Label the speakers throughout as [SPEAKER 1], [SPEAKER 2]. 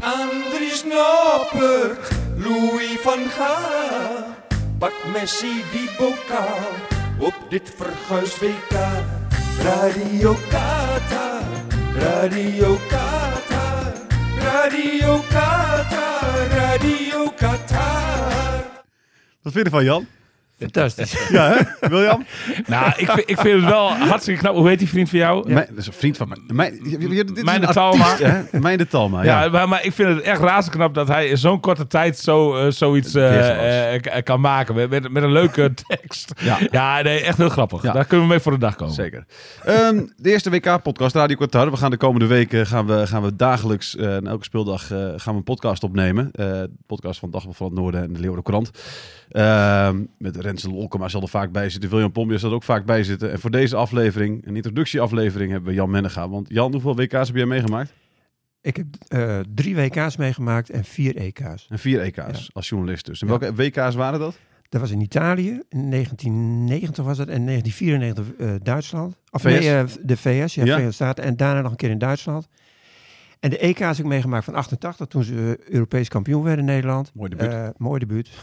[SPEAKER 1] Andries Noppert, Louis van Gaal. Pak Messi die bokaal op dit verguisd WK. Radio Qatar, Radio Qatar, Radio Qatar, Radio Qatar.
[SPEAKER 2] Wat vind je ervan, Jan?
[SPEAKER 3] Fantastisch.
[SPEAKER 2] Ja, hè? William?
[SPEAKER 3] nou, ik vind, ik vind het wel hartstikke knap. Hoe heet die vriend van jou?
[SPEAKER 2] Mijn, dat is een vriend van mij. Mijn, je- je- dit is
[SPEAKER 3] Mijn
[SPEAKER 2] een
[SPEAKER 3] de
[SPEAKER 2] artiest,
[SPEAKER 3] Talma.
[SPEAKER 2] hè? Mijn de Talma, ja.
[SPEAKER 3] Ja, maar, maar ik vind het echt razend knap dat hij in zo'n korte tijd zo, eh, zoiets eh,
[SPEAKER 2] Weergeloos.
[SPEAKER 3] eh, k- eh, kan maken. Met, met, met een leuke tekst.
[SPEAKER 2] Ja.
[SPEAKER 3] Ja, nee, echt heel grappig.
[SPEAKER 2] Ja.
[SPEAKER 3] Daar kunnen we mee voor de dag komen.
[SPEAKER 2] Zeker. Ehm, de eerste WK-podcast, Radio Qatar. We gaan de komende weken gaan we, gaan we dagelijks, eh, na elke speeldag, eh, gaan we een podcast opnemen. Eh, de podcast van Dagblad van het Noorden en de Leeuwarden Courant. Ehm, met Rensen Lolkema zal er vaak bij zitten. William Pombia zal er ook vaak bij zitten. En voor deze aflevering, een introductieaflevering, hebben we Jan Mennega. Want Jan, hoeveel WK's heb jij meegemaakt?
[SPEAKER 4] Ik heb eh, drie WK's meegemaakt en vier E EK's.
[SPEAKER 2] En vier EK's als journalist dus. En welke WK's waren dat?
[SPEAKER 4] Dat was in Italië, in 1990 was dat, en 1994 eh, Duitsland. Of
[SPEAKER 2] VS?
[SPEAKER 4] nee, eh, de VS, ja,
[SPEAKER 2] Ja.
[SPEAKER 4] Verenigde Staten. En daarna nog een keer in Duitsland. En de EK's heb ik meegemaakt van 88, toen ze eh, Europees kampioen werden in Nederland.
[SPEAKER 2] Mooi debuut.
[SPEAKER 4] Eh, mooi debuut.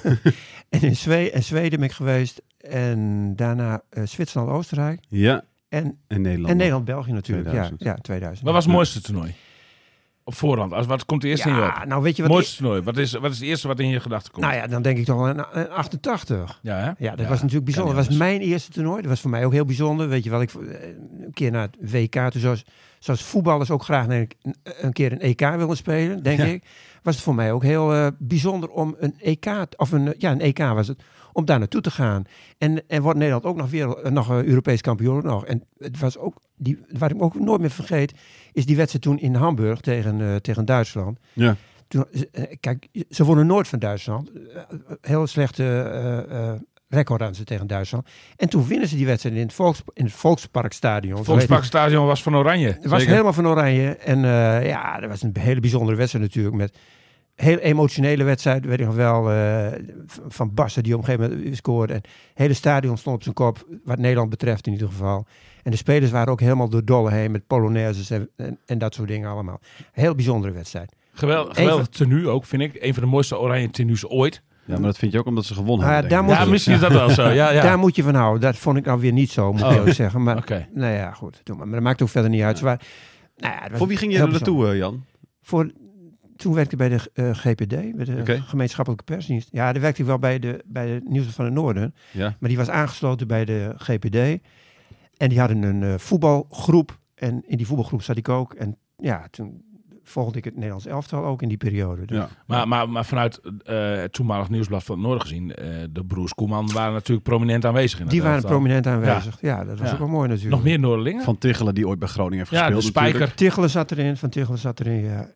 [SPEAKER 4] en in Zwe en Zweden ben ik geweest. En daarna eh, Zwitserland, Oostenrijk.
[SPEAKER 2] Ja,
[SPEAKER 4] En,
[SPEAKER 2] en Nederland.
[SPEAKER 4] en Nederland, België natuurlijk.
[SPEAKER 2] 2000.
[SPEAKER 4] Ja, ja, 2000.
[SPEAKER 3] Wat was het mooiste toernooi? Op voorhand. Als, wat komt er eerst in je op?
[SPEAKER 4] ja, nou weet je wat...
[SPEAKER 3] mooiste toernooi. Wat is, wat is het eerste wat in je gedachten komt?
[SPEAKER 4] Nou ja, dan denk ik toch wel aan aan 88.
[SPEAKER 3] ja, hè?
[SPEAKER 4] Ja, dat was natuurlijk
[SPEAKER 3] kan
[SPEAKER 4] bijzonder.
[SPEAKER 3] niet
[SPEAKER 4] Dat was mijn eerste toernooi. Dat was voor mij ook heel bijzonder. Weet je wel, ik eh, een keer naar het WK, toen zoals, zoals voetballers ook graag een, een keer een EK willen spelen, denk ik. Was het voor mij ook heel eh, bijzonder om een EK, t- of een, eh, ja, een EK was het, om daar naartoe te gaan. En, en wordt Nederland ook nog weer eh, nog eh, Europees kampioen nog. En het was ook, die, wat ik me ook nooit meer vergeet, is die wedstrijd toen in Hamburg tegen, eh, tegen Duitsland.
[SPEAKER 2] Ja.
[SPEAKER 4] Toen, eh, kijk, ze wonnen nooit van Duitsland. Eh, Heel slechte eh, eh, record aan ze tegen Duitsland. En toen winnen ze die wedstrijd in het, Volks, in het Volksparkstadion.
[SPEAKER 3] Volksparkstadion was van Oranje.
[SPEAKER 4] Het was
[SPEAKER 2] Zeker.
[SPEAKER 4] helemaal van oranje. En eh, ja, dat was een hele bijzondere wedstrijd natuurlijk. Met heel emotionele wedstrijd, weet ik nog wel. eh, v- van Basten die op een gegeven moment scoorde. En het hele stadion stond op zijn kop, wat Nederland betreft in ieder geval. En de spelers waren ook helemaal door dolle heen met polonaises en, en, en dat soort dingen allemaal. Heel bijzondere wedstrijd.
[SPEAKER 3] Geweldig,
[SPEAKER 4] Even-
[SPEAKER 3] geweldig tenue ook, vind ik. Een van de mooiste Oranje tenues ooit.
[SPEAKER 2] Ja, maar dat vind je ook omdat ze gewonnen
[SPEAKER 4] Ah,
[SPEAKER 2] hebben.
[SPEAKER 4] daar
[SPEAKER 2] denk ik.
[SPEAKER 3] Ja, misschien is dat wel zo. Ja, ja.
[SPEAKER 4] Daar moet je van houden. Dat vond ik nou weer niet zo, moet ik
[SPEAKER 3] Oh.
[SPEAKER 4] eerlijk zeggen. Maar
[SPEAKER 3] Oké.
[SPEAKER 4] nou ja, goed. doe maar. Maar dat maakt ook verder niet uit. Ze waren- nou ja, het was
[SPEAKER 2] Voor wie ging je
[SPEAKER 4] heel
[SPEAKER 2] er
[SPEAKER 4] bijzonder.
[SPEAKER 2] naartoe, eh, Jan?
[SPEAKER 4] Voor, toen werkte ik bij de eh, GPD, bij de
[SPEAKER 2] Oké.
[SPEAKER 4] gemeenschappelijke persdienst. Ja, daar werkte ik wel bij de, bij de Nieuws van het Noorden.
[SPEAKER 2] Ja.
[SPEAKER 4] Maar die was aangesloten bij de GPD. En die hadden een eh, voetbalgroep. En in die voetbalgroep zat ik ook. En ja, toen volgde ik het Nederlands elftal ook in die periode. Dus
[SPEAKER 2] Ja.
[SPEAKER 3] Maar, maar, maar vanuit eh, het toenmalig nieuwsblad van het Noorden gezien, eh, de broers Koeman waren natuurlijk prominent aanwezig. In
[SPEAKER 4] Die
[SPEAKER 3] het
[SPEAKER 4] waren
[SPEAKER 3] elftal.
[SPEAKER 4] prominent aanwezig. Ja, dat was
[SPEAKER 3] Ja.
[SPEAKER 4] ook wel mooi natuurlijk.
[SPEAKER 3] Nog meer Noorderlingen?
[SPEAKER 2] Van Tichelen, die ooit bij Groningen heeft
[SPEAKER 3] ja, de
[SPEAKER 2] gespeeld.
[SPEAKER 3] Spijker.
[SPEAKER 4] Tichelen zat erin, Van Tichelen zat erin. Ja.
[SPEAKER 2] natuurlijk.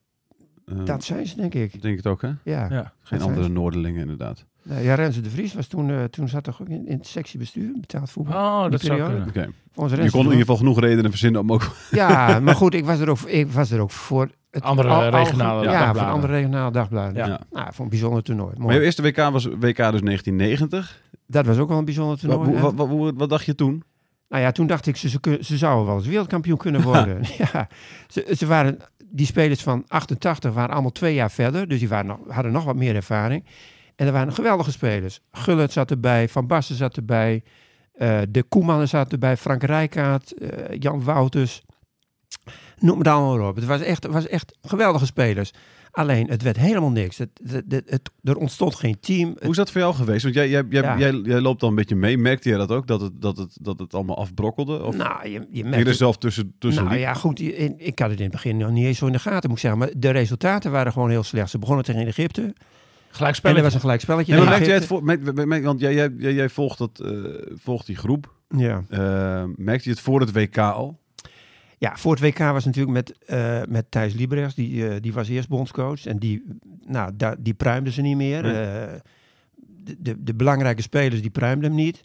[SPEAKER 2] Eh,
[SPEAKER 4] Dat zijn ze, denk ik.
[SPEAKER 2] Ik denk het ook, hè?
[SPEAKER 4] Ja.
[SPEAKER 3] Ja.
[SPEAKER 2] Geen
[SPEAKER 4] zijn
[SPEAKER 2] andere Noorderlingen, inderdaad.
[SPEAKER 4] Nou, ja, Renze de Vries was toen, eh, toen zat er ook in, in het sectiebestuur, betaald voetbal.
[SPEAKER 3] Oh,
[SPEAKER 4] Die
[SPEAKER 3] dat zou
[SPEAKER 4] periode.
[SPEAKER 3] kunnen.
[SPEAKER 2] Oké.
[SPEAKER 4] Volgens
[SPEAKER 2] Je
[SPEAKER 4] Renze
[SPEAKER 2] kon in
[SPEAKER 4] de
[SPEAKER 2] ieder geval genoeg redenen verzinnen om ook...
[SPEAKER 4] Vries- Ja, maar goed, ik was er ook, ik was er ook voor. Het
[SPEAKER 3] Andere regionale
[SPEAKER 4] ja,
[SPEAKER 3] dagbladen.
[SPEAKER 4] Ja, voor andere regionale dagbladen.
[SPEAKER 3] Ja.
[SPEAKER 2] Ja.
[SPEAKER 4] Nou, voor een bijzonder toernooi.
[SPEAKER 2] Maar
[SPEAKER 4] Mooi.
[SPEAKER 2] je eerste WK was WK dus 1990.
[SPEAKER 4] Dat was ook wel een bijzonder
[SPEAKER 2] Wat,
[SPEAKER 4] toernooi. hè?
[SPEAKER 2] wat, wat, wat- wat dacht je toen?
[SPEAKER 4] Nou ja, toen dacht ik, ze, ze, kun- ze zouden wel eens wereldkampioen kunnen worden. ja. ze, ze waren, die spelers van 88 waren allemaal twee jaar verder. Dus die waren nog, hadden nog wat meer ervaring. En er waren geweldige spelers. Gullit zat erbij, Van Basten zat erbij. eh, de Koemannen zat erbij, Frank Rijkaard, eh, Jan Wouters. Noem het allemaal maar op. Het was echt, het was echt geweldige spelers. Alleen, het werd helemaal niks. Het, het, het, het- er ontstond geen team.
[SPEAKER 2] Hoe is dat voor jou geweest? Want jij, jij, jij,
[SPEAKER 4] Ja.
[SPEAKER 2] jij, jij loopt dan een beetje mee. Merkte jij dat ook? Dat het, dat het, dat het allemaal afbrokkelde? Of
[SPEAKER 4] nou, je, je
[SPEAKER 2] ging je
[SPEAKER 4] merkt
[SPEAKER 2] er zelf tussen, tussen
[SPEAKER 4] Nou
[SPEAKER 2] liep?
[SPEAKER 4] ja, goed. i- in- Ik had het in het begin nog niet eens zo in de gaten, moet ik zeggen. Maar de resultaten waren gewoon heel slecht. Ze begonnen tegen Egypte.
[SPEAKER 3] Gelijk
[SPEAKER 4] En er
[SPEAKER 3] spelen.
[SPEAKER 4] was een gelijkspelletje.
[SPEAKER 2] Nee, maar merkte
[SPEAKER 4] tegen
[SPEAKER 2] jij het
[SPEAKER 4] Egypte.
[SPEAKER 2] voor, merk- merk- merk- want jij, jij, jij, jij volgt, dat, eh, volgt die groep.
[SPEAKER 4] Ja.
[SPEAKER 2] Eh, merkte je het voor het WK al?
[SPEAKER 4] ja, voor het WK was natuurlijk met, eh, met Thijs Liebrechts. Die, eh, die was eerst bondscoach. En die, nou, da- die pruimden ze niet meer. Eh, de, de, de belangrijke spelers die pruimden hem niet.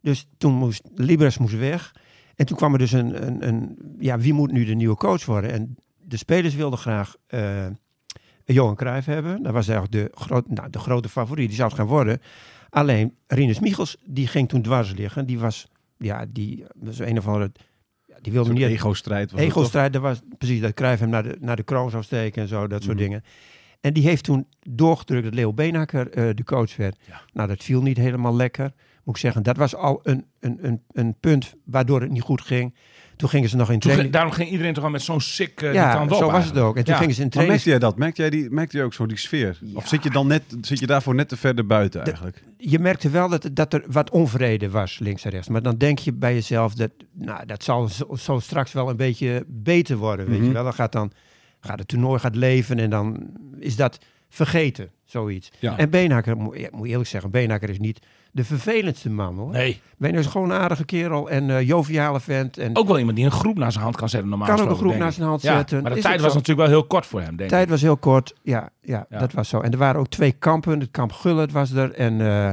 [SPEAKER 4] Dus toen moest Libres moest weg. En toen kwam er dus een, een, een ja, wie moet nu de nieuwe coach worden? En de spelers wilden graag eh, Johan Cruijff hebben. Dat was eigenlijk de, groot, nou, de grote favoriet. Die zou het gaan worden. Alleen Rinus Michels, die ging toen dwars liggen. Die was, ja, die was een of andere... ja, Die wilde niet...
[SPEAKER 2] ego-strijd. was het toch?
[SPEAKER 4] Ego-strijd, dat was precies dat Cruijff hem naar de, naar de kroon zou steken en zo, dat soort
[SPEAKER 2] Mhm.
[SPEAKER 4] dingen. En die heeft toen doorgedrukt dat Leo Beenhakker eh, de coach werd. Nou, dat viel niet helemaal lekker. Moet ik zeggen, dat was al een, een, een, een punt waardoor het niet goed ging. Toen gingen ze nog in
[SPEAKER 3] Toen ging-
[SPEAKER 4] training.
[SPEAKER 3] daarom ging iedereen toch al met zo'n sick eh, die
[SPEAKER 4] ja,
[SPEAKER 3] kant op.
[SPEAKER 4] zo was het
[SPEAKER 3] eigenlijk.
[SPEAKER 4] ook. En toen
[SPEAKER 3] Ja.
[SPEAKER 4] gingen ze in
[SPEAKER 2] Maar
[SPEAKER 4] training.
[SPEAKER 2] merkte jij dat? Merkte jij, die, merkte jij ook zo die sfeer? Of zit je, dan net, zit je daarvoor net te verder buiten eigenlijk?
[SPEAKER 4] je merkte wel dat, dat er wat onvrede was, links en rechts. Maar dan denk je bij jezelf, dat, nou, dat zal zo, zo straks wel een beetje beter worden. Weet
[SPEAKER 2] Mhm.
[SPEAKER 4] je wel, dan gaat, dan gaat het toernooi gaat leven en dan is dat vergeten, zoiets.
[SPEAKER 2] Ja.
[SPEAKER 4] En Beenhakker, moet ja, moet eerlijk zeggen, Beenhakker is niet de vervelendste man hoor.
[SPEAKER 3] Nee,
[SPEAKER 4] Beenhakker is gewoon een aardige kerel en eh, joviale vent. En
[SPEAKER 3] ook wel iemand die een groep naar zijn hand kan zetten. Normaal
[SPEAKER 4] kan ook een
[SPEAKER 3] gesproken,
[SPEAKER 4] groep
[SPEAKER 3] denk
[SPEAKER 4] naar
[SPEAKER 3] ik.
[SPEAKER 4] zijn hand
[SPEAKER 3] Ja,
[SPEAKER 4] zetten.
[SPEAKER 3] Maar de
[SPEAKER 4] Is
[SPEAKER 3] tijd
[SPEAKER 4] ook
[SPEAKER 3] was
[SPEAKER 4] zo.
[SPEAKER 3] natuurlijk wel heel kort voor hem,
[SPEAKER 4] De
[SPEAKER 3] denk ik.
[SPEAKER 4] tijd was heel kort, ja, ja,
[SPEAKER 3] Ja.
[SPEAKER 4] dat was zo. En er waren ook twee kampen. Het kamp Gullet was er en eh,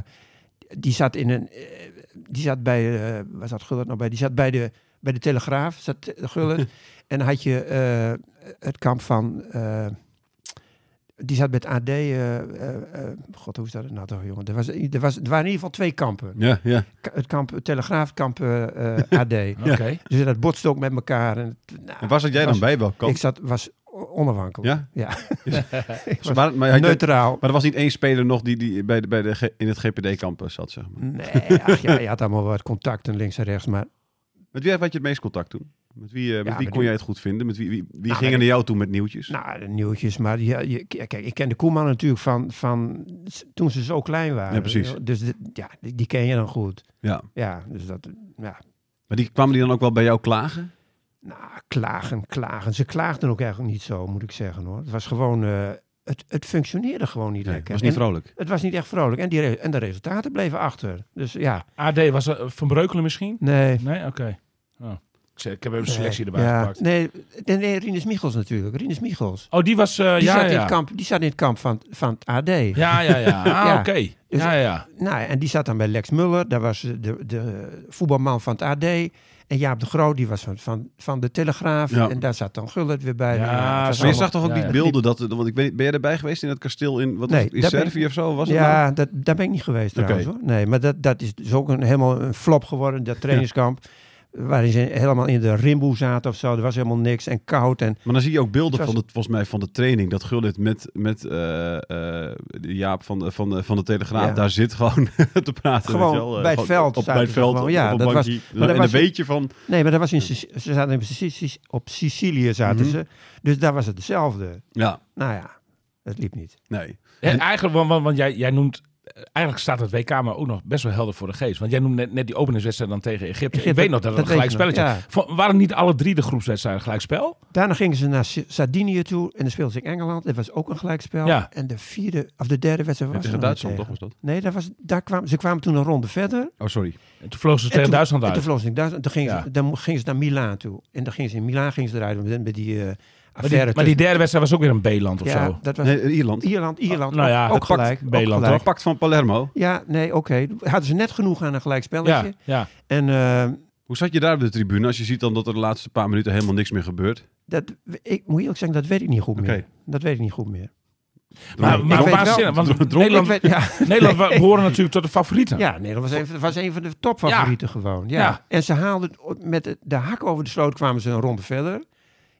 [SPEAKER 4] die zat in een, eh, die zat bij, eh, waar zat Gullet nou bij? Die zat bij de, bij de Telegraaf, zat Te- Gullet. en dan had je eh, het kamp van, eh, die zat bij het AD. eh, eh, eh, God, hoe is dat nou toch, jongen? Er, was, er, was, er waren in ieder geval twee kampen.
[SPEAKER 2] Ja, ja.
[SPEAKER 4] K- Het kamp Telegraaf, het kamp eh, eh, AD.
[SPEAKER 3] Oké.
[SPEAKER 4] Dus dat botste ook met elkaar. En, het- nou,
[SPEAKER 2] En waar zat jij dan
[SPEAKER 4] was-
[SPEAKER 2] bij? Welk
[SPEAKER 4] Ik
[SPEAKER 2] kant?
[SPEAKER 4] zat, was o- onafhankelijk.
[SPEAKER 2] Ja?
[SPEAKER 4] Ja.
[SPEAKER 2] Dus waar- maar, had je-
[SPEAKER 4] Neutraal.
[SPEAKER 2] maar er was niet één speler nog die, die bij de, bij de, G- in het GPD-campus zat, zeg maar.
[SPEAKER 4] Nee, ach, ja, je had allemaal wat contacten links en rechts. Maar
[SPEAKER 2] Met wie had je het meest contact toen? Met wie, eh, met
[SPEAKER 4] Ja,
[SPEAKER 2] wie
[SPEAKER 4] met
[SPEAKER 2] kon
[SPEAKER 4] die-
[SPEAKER 2] jij het goed vinden? Met wie, wie, wie
[SPEAKER 4] Nou,
[SPEAKER 2] gingen
[SPEAKER 4] met-
[SPEAKER 2] naar jou toe met nieuwtjes?
[SPEAKER 4] nou, de nieuwtjes. Maar ja, je, k- kijk, ik ken de Koeman natuurlijk van, van s- toen ze zo klein waren.
[SPEAKER 2] Ja, precies.
[SPEAKER 4] Dus dit- ja, die, die ken je dan goed.
[SPEAKER 2] ja.
[SPEAKER 4] Ja, dus dat, ja.
[SPEAKER 2] Maar die kwamen die dan ook wel bij jou klagen?
[SPEAKER 4] Nou, klagen, klagen. Ze klaagden ook eigenlijk niet zo, moet ik zeggen hoor. Het was gewoon, eh, het, het functioneerde gewoon niet
[SPEAKER 2] Nee,
[SPEAKER 4] lekker.
[SPEAKER 2] was niet
[SPEAKER 4] En
[SPEAKER 2] vrolijk.
[SPEAKER 4] het was niet echt vrolijk. En, die re- en de resultaten breven achter. Dus ja,
[SPEAKER 3] AD was er, eh, Van Breukelen misschien?
[SPEAKER 4] nee.
[SPEAKER 3] Nee, oké. Oh. Ik zeg, Ik heb even een selectie
[SPEAKER 4] Nee,
[SPEAKER 3] erbij
[SPEAKER 4] ja.
[SPEAKER 3] gepakt.
[SPEAKER 4] Nee, nee, nee, Rinus Michels natuurlijk. Rinus Michels.
[SPEAKER 3] Oh, die was... eh,
[SPEAKER 4] Die,
[SPEAKER 3] ja,
[SPEAKER 4] zat In
[SPEAKER 3] ja.
[SPEAKER 4] het kamp, die zat in het kamp van, van het AD.
[SPEAKER 3] ja, ja, ja. Ah,
[SPEAKER 4] Ja.
[SPEAKER 3] oké.
[SPEAKER 4] Dus-
[SPEAKER 3] Ja, ja.
[SPEAKER 4] Nou, en die zat dan bij Lex Muller, daar was de, de voetbalman van het AD. En Jaap de Groot, die was van, van, van de Telegraaf.
[SPEAKER 2] Ja.
[SPEAKER 4] En daar zat dan Gullit weer bij.
[SPEAKER 3] Ja,
[SPEAKER 4] Nou, het was
[SPEAKER 2] Maar je
[SPEAKER 3] allemaal-
[SPEAKER 2] zag toch ook
[SPEAKER 3] ja,
[SPEAKER 2] die
[SPEAKER 3] ja.
[SPEAKER 2] beelden? Dat, want ik weet, ben jij erbij geweest in dat kasteel in, wat was
[SPEAKER 4] Nee,
[SPEAKER 2] het, in
[SPEAKER 4] daar ben ik-
[SPEAKER 2] Servië of zo? Was het nou?
[SPEAKER 4] ja, dat, daar ben ik niet geweest
[SPEAKER 2] Oké.
[SPEAKER 4] trouwens hoor. Nee, maar dat, dat is dus ook een, helemaal een flop geworden, dat trainingskamp. Waarin ze helemaal in de rimboe zaten of zo. Er was helemaal niks en koud. En
[SPEAKER 2] Maar dan zie je ook beelden
[SPEAKER 4] Het was-
[SPEAKER 2] van, het, volgens mij, van de training. Dat Gullit met, met eh, eh, de Jaap van de, van de, van de Telegraaf
[SPEAKER 4] Ja.
[SPEAKER 2] daar zit gewoon te praten.
[SPEAKER 4] Gewoon
[SPEAKER 2] weet je wel. Eh,
[SPEAKER 4] bij het
[SPEAKER 2] gewoon
[SPEAKER 4] veld
[SPEAKER 2] Op, bij
[SPEAKER 4] zaten
[SPEAKER 2] het
[SPEAKER 4] ze
[SPEAKER 2] veld,
[SPEAKER 4] gewoon.
[SPEAKER 2] ja,
[SPEAKER 4] Ja,
[SPEAKER 2] op een
[SPEAKER 4] dat was-
[SPEAKER 2] bankje. Nou,
[SPEAKER 4] maar dat
[SPEAKER 2] en dan
[SPEAKER 4] was-
[SPEAKER 2] weet je van...
[SPEAKER 4] nee, maar dat was in, Sic- ze zaten in Sicilië, op Sicilië zaten
[SPEAKER 2] Mhm.
[SPEAKER 4] ze. Dus daar was het hetzelfde.
[SPEAKER 2] Ja,
[SPEAKER 4] Nou ja, het liep niet.
[SPEAKER 2] nee.
[SPEAKER 3] En eigenlijk, want, want, want jij, jij noemt... Eigenlijk staat het WK maar ook nog best wel helder voor de geest. Want jij noemt net, net die openingswedstrijd dan tegen Egypte. Ik
[SPEAKER 4] Egypte,
[SPEAKER 3] weet nog dat het
[SPEAKER 4] dat
[SPEAKER 3] een gelijk
[SPEAKER 4] weet je nog,
[SPEAKER 3] spelletje Van- Waren niet alle drie de groepswedstrijden gelijk spel?
[SPEAKER 4] Daarna gingen ze naar S- Sardinië toe en dan speelden ze in Engeland. Dat was ook een gelijkspel.
[SPEAKER 3] Ja.
[SPEAKER 4] En de vierde of de derde wedstrijd was
[SPEAKER 2] Tegen
[SPEAKER 4] er nog niet
[SPEAKER 2] Duitsland toch
[SPEAKER 4] tegen.
[SPEAKER 2] was dat?
[SPEAKER 4] Nee, daar was, daar kwamen, ze kwamen toen een ronde verder. En
[SPEAKER 2] Oh, sorry.
[SPEAKER 3] En toen vlogen ze tegen
[SPEAKER 4] toen-
[SPEAKER 3] Duitsland
[SPEAKER 4] En toen
[SPEAKER 3] uit.
[SPEAKER 4] vlogen ze in Duitsland. Toen gingen,
[SPEAKER 3] Ja.
[SPEAKER 4] ze, dan mo- gingen ze naar Milaan toe. En dan gingen ze in Milaan gingen ze eruit met, met die eh,
[SPEAKER 3] Maar
[SPEAKER 4] affaire.
[SPEAKER 3] die, maar die derde wedstrijd was ook weer een B-land of
[SPEAKER 4] tussen- ja,
[SPEAKER 3] zo.
[SPEAKER 4] dat was
[SPEAKER 2] Nee, in Ierland.
[SPEAKER 4] Ierland, Ierland.
[SPEAKER 3] nou ja,
[SPEAKER 4] ook,
[SPEAKER 3] dat
[SPEAKER 4] ook
[SPEAKER 3] pakt
[SPEAKER 4] gelijk. ook
[SPEAKER 3] Beeland,
[SPEAKER 4] gelijk.
[SPEAKER 2] Pakt van Palermo.
[SPEAKER 4] Ja, nee, oké. Hadden ze net genoeg aan een gelijkspelletje.
[SPEAKER 3] Ja, ja.
[SPEAKER 4] En eh,
[SPEAKER 2] Hoe zat je daar op de tribune als je ziet dan dat er de laatste paar minuten helemaal niks meer gebeurt?
[SPEAKER 4] dat, ik moet eerlijk zeggen, dat weet ik niet goed
[SPEAKER 2] Oké.
[SPEAKER 4] meer. Dat weet ik niet goed meer.
[SPEAKER 3] Maar,
[SPEAKER 4] Ik
[SPEAKER 3] maar
[SPEAKER 4] weet
[SPEAKER 3] waanzinnig,
[SPEAKER 4] wel-
[SPEAKER 3] want
[SPEAKER 4] Ik
[SPEAKER 3] Nederland,
[SPEAKER 4] weet, ja.
[SPEAKER 3] Nederland wa- behoren natuurlijk tot de favorieten.
[SPEAKER 4] Ja, nee, dat was een, was een van de topfavorieten gewoon. Ja.
[SPEAKER 3] Ja.
[SPEAKER 4] En ze haalden het op- met de, de hak over de sloot kwamen ze een ronde verder.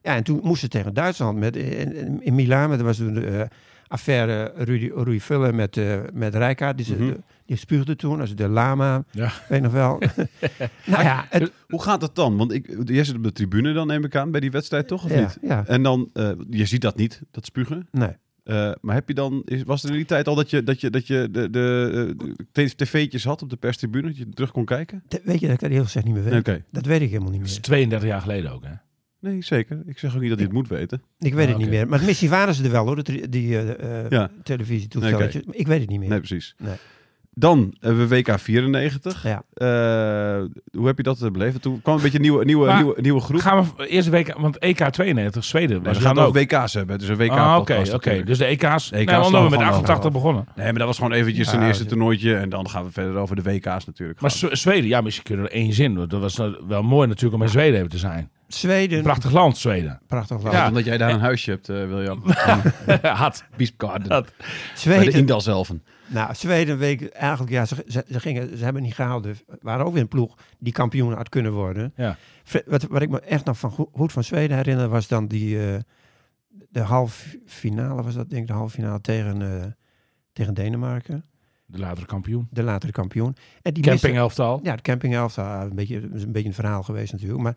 [SPEAKER 4] Ja, en toen moesten ze tegen Duitsland met, in, in- in Milaan. maar Er was toen de eh, affaire Rudy, Rudy Vuller met, eh met Rijkaard. Die, ze-
[SPEAKER 2] Mhm.
[SPEAKER 4] die spuugde toen, als de lama.
[SPEAKER 3] Ja.
[SPEAKER 4] Weet nog wel. nou ja, het,
[SPEAKER 2] Hoe gaat dat dan? Want ik, jij zit op de tribune dan, neem ik aan, bij die wedstrijd toch? Of
[SPEAKER 4] ja,
[SPEAKER 2] niet?
[SPEAKER 4] ja,
[SPEAKER 2] En dan, eh, je ziet dat niet, dat spugen.
[SPEAKER 4] nee.
[SPEAKER 2] Eh, maar heb je dan, is, was er in die tijd al dat je, dat je, dat je de, de, eh, t- tv'tjes had op de perstribune, dat je terug kon kijken?
[SPEAKER 4] Dat- weet je dat ik dat heel gezegd niet meer weet?
[SPEAKER 2] Nee, Oké.
[SPEAKER 4] Dat weet ik helemaal niet
[SPEAKER 3] Dat is
[SPEAKER 4] meer.
[SPEAKER 3] 32 jaar geleden ook, hè?
[SPEAKER 2] Nee, zeker. Ik zeg ook niet dat je het moet weten.
[SPEAKER 4] Ik weet
[SPEAKER 3] Ah,
[SPEAKER 4] het niet
[SPEAKER 3] oké.
[SPEAKER 4] meer. Maar misschien waren ze er wel hoor, die, die eh eh,
[SPEAKER 2] Ja.
[SPEAKER 4] televisietoestelletjes. Maar Ik weet het niet meer.
[SPEAKER 2] Nee, precies.
[SPEAKER 4] Nee.
[SPEAKER 2] Dan hebben we WK 94.
[SPEAKER 4] Ja.
[SPEAKER 2] Eh, hoe heb je dat eh, beleefd? Toen kwam een beetje een nieuwe, nieuwe,
[SPEAKER 3] Maar-
[SPEAKER 2] nieuwe, nieuwe groep.
[SPEAKER 3] Gaan we eerst de WK, want EK 92, Zweden.
[SPEAKER 2] Nee,
[SPEAKER 3] we
[SPEAKER 2] we
[SPEAKER 3] gaan
[SPEAKER 2] gaan ook
[SPEAKER 3] ook.
[SPEAKER 2] WK's hebben. Dus een WK.
[SPEAKER 3] Ah,
[SPEAKER 2] podcast
[SPEAKER 3] oké, oké.
[SPEAKER 2] natuurlijk.
[SPEAKER 3] Dus de
[SPEAKER 4] E
[SPEAKER 3] EK's.
[SPEAKER 2] De EK's
[SPEAKER 3] nou, omdat
[SPEAKER 2] slaan
[SPEAKER 3] we
[SPEAKER 2] we
[SPEAKER 3] met
[SPEAKER 2] gewoon
[SPEAKER 3] 88 begonnen.
[SPEAKER 2] Nee, maar dat was gewoon eventjes een
[SPEAKER 4] Ja,
[SPEAKER 2] eerste
[SPEAKER 4] ja.
[SPEAKER 2] toernooitje. En dan gaan we verder over de WK's natuurlijk.
[SPEAKER 3] dus- Maar
[SPEAKER 2] gaan.
[SPEAKER 3] Zwe- Zweden, ja, misschien kun je er één zin. want Dat was nou wel mooi natuurlijk om in Zweden even te zijn.
[SPEAKER 4] Zweden.
[SPEAKER 3] Prachtig land, Zweden.
[SPEAKER 4] Prachtig land.
[SPEAKER 3] Ja.
[SPEAKER 2] Omdat jij daar een huisje hebt, eh William.
[SPEAKER 3] Had.
[SPEAKER 2] Biesgarden.
[SPEAKER 3] Dat.
[SPEAKER 2] Bij de
[SPEAKER 4] Zweden.
[SPEAKER 2] Indalselven.
[SPEAKER 4] Nou, Zweden week eigenlijk, ja, ze, ze, ze gingen, ze hebben niet gehaald. dus Er waren ook weer een ploeg die kampioen had kunnen worden.
[SPEAKER 3] Ja.
[SPEAKER 4] Fre- Wat, wat ik me echt nog van goed, goed van Zweden herinner, was dan die eh, de halve finale, was dat denk ik, de halve finale tegen, eh, tegen Denemarken.
[SPEAKER 3] De latere kampioen.
[SPEAKER 4] De latere kampioen. En die miste-
[SPEAKER 3] Campinghelftal.
[SPEAKER 4] ja, de campinghelft, ah, een beetje, is een beetje een verhaal geweest natuurlijk. Maar,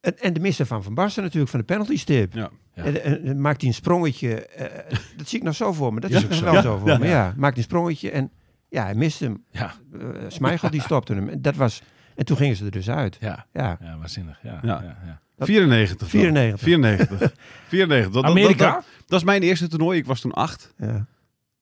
[SPEAKER 4] en, en de mister van Van Basten natuurlijk, van de penalty stip.
[SPEAKER 2] Ja.
[SPEAKER 3] Ja.
[SPEAKER 4] En, en- en maakt hij een sprongetje. eh, dat zie ik nog zo voor me. Dat
[SPEAKER 3] Is
[SPEAKER 4] zie ik
[SPEAKER 3] ook
[SPEAKER 4] nog
[SPEAKER 3] zo.
[SPEAKER 4] wel zo voor me. Ja, maakt een sprongetje en ja, hij mist hem.
[SPEAKER 3] Ja,
[SPEAKER 4] Eh Smeichel die stopte hem. En, dat was, en toen gingen ze er dus uit.
[SPEAKER 3] ja.
[SPEAKER 4] Ja,
[SPEAKER 3] Ja, waanzinnig. Ja, ja.
[SPEAKER 2] Ja.
[SPEAKER 3] Ja,
[SPEAKER 2] 94. dan.
[SPEAKER 4] 94.
[SPEAKER 2] 94. 94. Dat, dat-
[SPEAKER 3] Amerika?
[SPEAKER 2] Dat, dat, dat is mijn eerste toernooi. Ik was toen acht.
[SPEAKER 4] ja.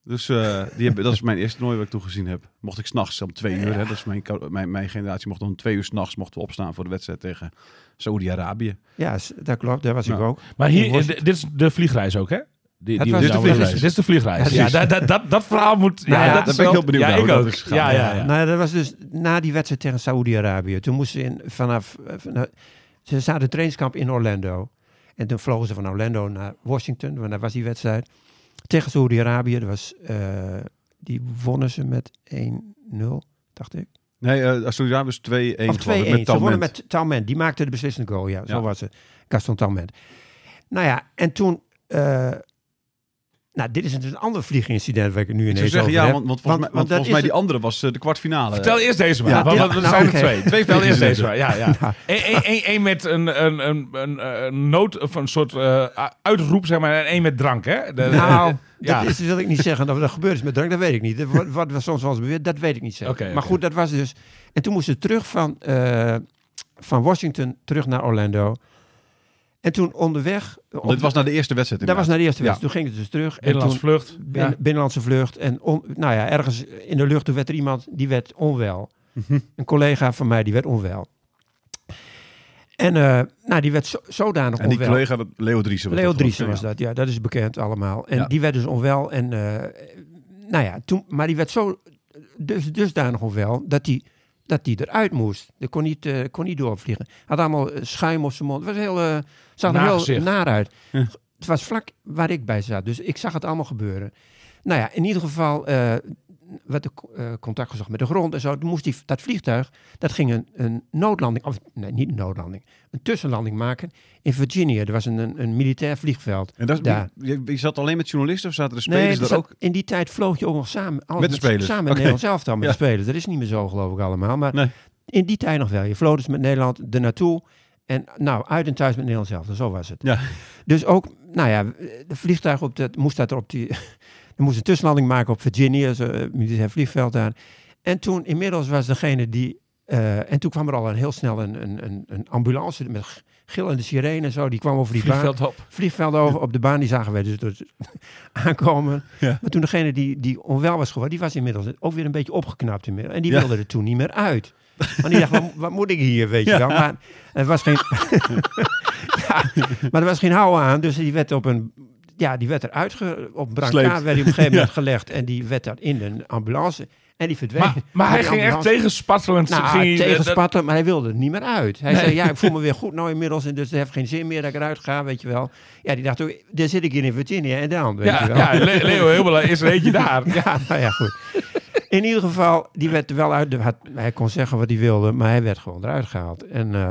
[SPEAKER 2] Dus eh, die heb, dat is mijn eerste toernooi wat ik toen gezien heb. Mocht ik s'nachts om twee uur. Hè, dat is mijn, kou- mijn, mijn generatie mocht om twee uur s'nachts mochten we opstaan voor de wedstrijd tegen Saoedi-Arabië.
[SPEAKER 4] ja s- dat klopt. Daar was
[SPEAKER 2] Nou,
[SPEAKER 4] ik ook.
[SPEAKER 3] Maar
[SPEAKER 4] In
[SPEAKER 3] hier, eh,
[SPEAKER 4] Worst-
[SPEAKER 3] dit is de vliegreis ook, hè? Die,
[SPEAKER 4] Het
[SPEAKER 3] die
[SPEAKER 4] was
[SPEAKER 3] we
[SPEAKER 4] de
[SPEAKER 3] zouden-
[SPEAKER 2] vliegreis.
[SPEAKER 3] Dit is de vliegreis. Ja,
[SPEAKER 2] precies.
[SPEAKER 3] dat, dat, dat, dat verhaal moet... Ja,
[SPEAKER 4] Nou ja,
[SPEAKER 3] dat
[SPEAKER 2] daar
[SPEAKER 3] is
[SPEAKER 2] ben ik
[SPEAKER 3] wel-
[SPEAKER 2] heel benieuwd
[SPEAKER 3] Ja,
[SPEAKER 2] naar
[SPEAKER 3] ik
[SPEAKER 2] hoe dat
[SPEAKER 3] ook.
[SPEAKER 2] is gegaan.
[SPEAKER 3] ja, ja, ja.
[SPEAKER 4] Nou, dat was dus na die wedstrijd tegen Saoedi-Arabië. Toen moesten ze in, vanaf... eh, vanaf- ze zaten in trainingskamp in Orlando. En toen vlogen ze van Orlando naar Washington, want daar was die wedstrijd. Tegen Saoedi-Arabië, dat was, eh, die wonnen ze met 1-0, dacht ik.
[SPEAKER 2] Nee, eh Saoedi-Arabië was 2-1
[SPEAKER 4] Of 2-1.
[SPEAKER 2] geloof ik, met
[SPEAKER 4] Ze wonnen
[SPEAKER 2] Talment.
[SPEAKER 4] met Talment. Die maakte de beslissende goal. Ja,
[SPEAKER 2] Ja.
[SPEAKER 4] zo was het. Gaston Talment. Nou ja, en toen... eh, nou, dit is een, een ander vliegincident waar ik het nu
[SPEAKER 2] Ik zou
[SPEAKER 4] ineens
[SPEAKER 2] zeggen,
[SPEAKER 4] over
[SPEAKER 2] ja,
[SPEAKER 4] heb.
[SPEAKER 2] want, want volgens mij, want
[SPEAKER 4] dat
[SPEAKER 2] volgens
[SPEAKER 4] is
[SPEAKER 2] mij
[SPEAKER 4] het-
[SPEAKER 2] die andere was eh, de kwartfinale.
[SPEAKER 3] Vertel eerst deze maar.
[SPEAKER 4] Ja,
[SPEAKER 3] want
[SPEAKER 4] dit-
[SPEAKER 3] dat
[SPEAKER 4] nou,
[SPEAKER 3] zijn er
[SPEAKER 4] oké.
[SPEAKER 3] twee. Twee Vertel eerst
[SPEAKER 2] vliegreis.
[SPEAKER 3] deze maar. Ja, ja.
[SPEAKER 4] Ja.
[SPEAKER 3] Eén- één- één- één met een, een, een, een, een nood of een soort eh, uitroep, zeg maar. En één met drank, hè? De-
[SPEAKER 4] Nou,
[SPEAKER 3] ja.
[SPEAKER 4] dat, is, dat wil ik niet zeggen. Of dat gebeurd is met drank, dat weet ik niet. Wat, wat was soms wel eens beweerd, dat weet ik niet zeker.
[SPEAKER 3] Oké,
[SPEAKER 4] maar
[SPEAKER 3] oké.
[SPEAKER 4] goed, dat was dus... En toen moesten ze terug van, eh, van Washington terug naar Orlando. En toen onderweg...
[SPEAKER 2] Want dit was naar de eerste wedstrijd.
[SPEAKER 4] dat was naar de eerste
[SPEAKER 2] Ja.
[SPEAKER 4] wedstrijd. Toen gingen ze dus terug. En
[SPEAKER 3] Binnenlands
[SPEAKER 4] toen,
[SPEAKER 3] vlucht.
[SPEAKER 4] bin- binnenlandse vlucht. En on- nou ja, ergens in de lucht toen werd er iemand die werd onwel.
[SPEAKER 2] Mhm.
[SPEAKER 4] Een collega van mij die werd onwel. En eh, nou, die werd zo, zodanig
[SPEAKER 2] En die
[SPEAKER 4] onwel.
[SPEAKER 2] collega, dat- Leo Driessen. was
[SPEAKER 4] Leo
[SPEAKER 2] dat, geloof ik,
[SPEAKER 4] Driessen was
[SPEAKER 2] ja.
[SPEAKER 4] dat, ja, dat is bekend allemaal. En
[SPEAKER 3] Ja.
[SPEAKER 4] die werd dus onwel. En, eh, nou ja, toen, maar die werd zo dus, dusdanig onwel dat die, dat die eruit moest. Die kon niet, eh, kon niet doorvliegen. Had allemaal eh, schuim op zijn mond. Het was heel, eh, zag er
[SPEAKER 3] Naar
[SPEAKER 4] heel
[SPEAKER 3] gezicht.
[SPEAKER 4] naar uit. Het was vlak waar ik bij zat. Dus ik zag het allemaal gebeuren. Nou ja, in ieder geval eh werd de co- eh, contact gezocht met de grond en zo. Toen moest die, dat vliegtuig, dat ging een, een noodlanding, of nee, niet een noodlanding, een tussenlanding maken in Virginia. Er was een, een, een militair vliegveld.
[SPEAKER 2] En dat,
[SPEAKER 4] daar.
[SPEAKER 2] je, je zat alleen met journalisten of zaten de
[SPEAKER 4] Nee,
[SPEAKER 2] spelers
[SPEAKER 4] er
[SPEAKER 2] er
[SPEAKER 4] zat-
[SPEAKER 2] ook?
[SPEAKER 4] in die tijd vloog je ook nog samen. alles
[SPEAKER 2] Met de spelers.
[SPEAKER 4] Samen met
[SPEAKER 2] Oké.
[SPEAKER 4] Nederland zelf dan met
[SPEAKER 2] Ja.
[SPEAKER 4] de spelers. Dat is niet meer zo geloof ik allemaal. Maar
[SPEAKER 2] Nee.
[SPEAKER 4] in die tijd nog wel. Je vloog dus met Nederland er naartoe. En nou, uit en thuis met Nederland zelf. Zo was het.
[SPEAKER 2] Ja.
[SPEAKER 4] Dus ook, nou ja, de vliegtuig op dat, moest dat er op die... Er moest een tussenlanding maken op Virginia, zo, eh, militair vliegveld daar. En toen inmiddels was degene die... eh, en toen kwam er al een, heel snel een, een, een, een ambulance met g- gillende sirene en zo. Die kwam over die baan
[SPEAKER 3] Vliegveld op.
[SPEAKER 4] vliegveld over op de baan. Die zagen wij dus, dus aankomen.
[SPEAKER 2] Ja.
[SPEAKER 4] Maar toen degene die, die onwel was geworden, die was inmiddels ook weer een beetje opgeknapt. Inmiddels. En die
[SPEAKER 2] Ja.
[SPEAKER 4] wilde er toen niet meer uit. Maar die dacht, wat, wat moet ik hier, weet je wel. Maar er was geen... ja, maar er was geen houden aan, dus die werd op een... Ja, die werd eruit ge, op een brancard
[SPEAKER 2] Sleept.
[SPEAKER 4] werd die op een gegeven moment gelegd. En die werd daar in een ambulance. En die verdween.
[SPEAKER 3] Maar, maar hij
[SPEAKER 4] Die
[SPEAKER 3] ging echt
[SPEAKER 4] ambulance-
[SPEAKER 3] tegenspattelend. ging hij-
[SPEAKER 4] nou,
[SPEAKER 3] dat-
[SPEAKER 4] tegenspatten, maar hij wilde er niet meer uit. Hij zei, ja, ik voel me weer goed nou inmiddels... en dus het heeft geen zin meer dat ik eruit ga, weet je wel. Ja, die dacht ook, daar zit ik in in Virginia en dan, weet
[SPEAKER 3] ja,
[SPEAKER 4] je wel.
[SPEAKER 3] ja, Le- Leo Hilbela is er eentje daar. Ja.
[SPEAKER 4] Ja, nou ja, goed. In ieder geval, die werd er wel uit. had- hij kon zeggen wat hij wilde, maar hij werd gewoon eruit gehaald. En, eh,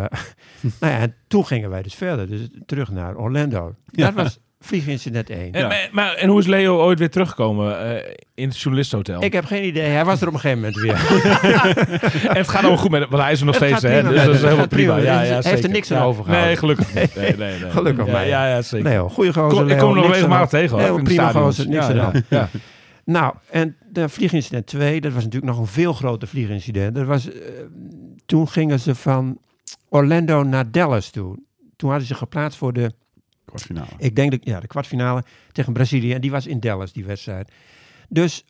[SPEAKER 4] nou ja, en toen gingen wij dus verder, dus terug naar Orlando. Dat was vliegincident 1.
[SPEAKER 3] En, maar- maar, en hoe is Leo ooit weer teruggekomen eh, in het journalistenhotel?
[SPEAKER 4] Ik heb geen idee, hij was er op een gegeven moment weer.
[SPEAKER 3] En het gaat allemaal goed met hem, want hij is er nog
[SPEAKER 4] Het
[SPEAKER 3] steeds,
[SPEAKER 4] gaat
[SPEAKER 3] hè?
[SPEAKER 4] prima
[SPEAKER 3] Dus
[SPEAKER 4] met
[SPEAKER 3] dat is
[SPEAKER 4] hem.
[SPEAKER 3] helemaal
[SPEAKER 4] Het gaat prima
[SPEAKER 3] prima.
[SPEAKER 4] met hem.
[SPEAKER 3] Ja, ja,
[SPEAKER 4] Hij heeft er
[SPEAKER 3] zeker.
[SPEAKER 4] niks
[SPEAKER 3] Ja.
[SPEAKER 4] aan overgehouden.
[SPEAKER 3] Nee, gelukkig niet. Nee, nee, nee.
[SPEAKER 4] Gelukkig
[SPEAKER 3] ja,
[SPEAKER 4] maar.
[SPEAKER 3] Ja, ja, zeker.
[SPEAKER 4] Nee hoor, goeie gozer.
[SPEAKER 3] Kom- ik
[SPEAKER 4] Leo,
[SPEAKER 3] kom hem nog
[SPEAKER 4] niks aan
[SPEAKER 3] regelmatig
[SPEAKER 4] de hand.
[SPEAKER 3] tegen. hoor,
[SPEAKER 4] Nee,
[SPEAKER 3] in de
[SPEAKER 4] prima
[SPEAKER 3] stadions.
[SPEAKER 4] gozer, niks
[SPEAKER 3] Ja,
[SPEAKER 4] aan de
[SPEAKER 3] ja,
[SPEAKER 4] hand.
[SPEAKER 3] ja.
[SPEAKER 4] Nou, en de vliegincident 2, dat was natuurlijk nog een veel groter vliegincident. Dat was, eh, toen gingen ze van Orlando naar Dallas toe. Toen hadden ze geplaatst voor de,
[SPEAKER 2] Kwartfinale.
[SPEAKER 4] ik denk, de, ja, de kwartfinale tegen Brazilië. En die was in Dallas, die wedstrijd. Dus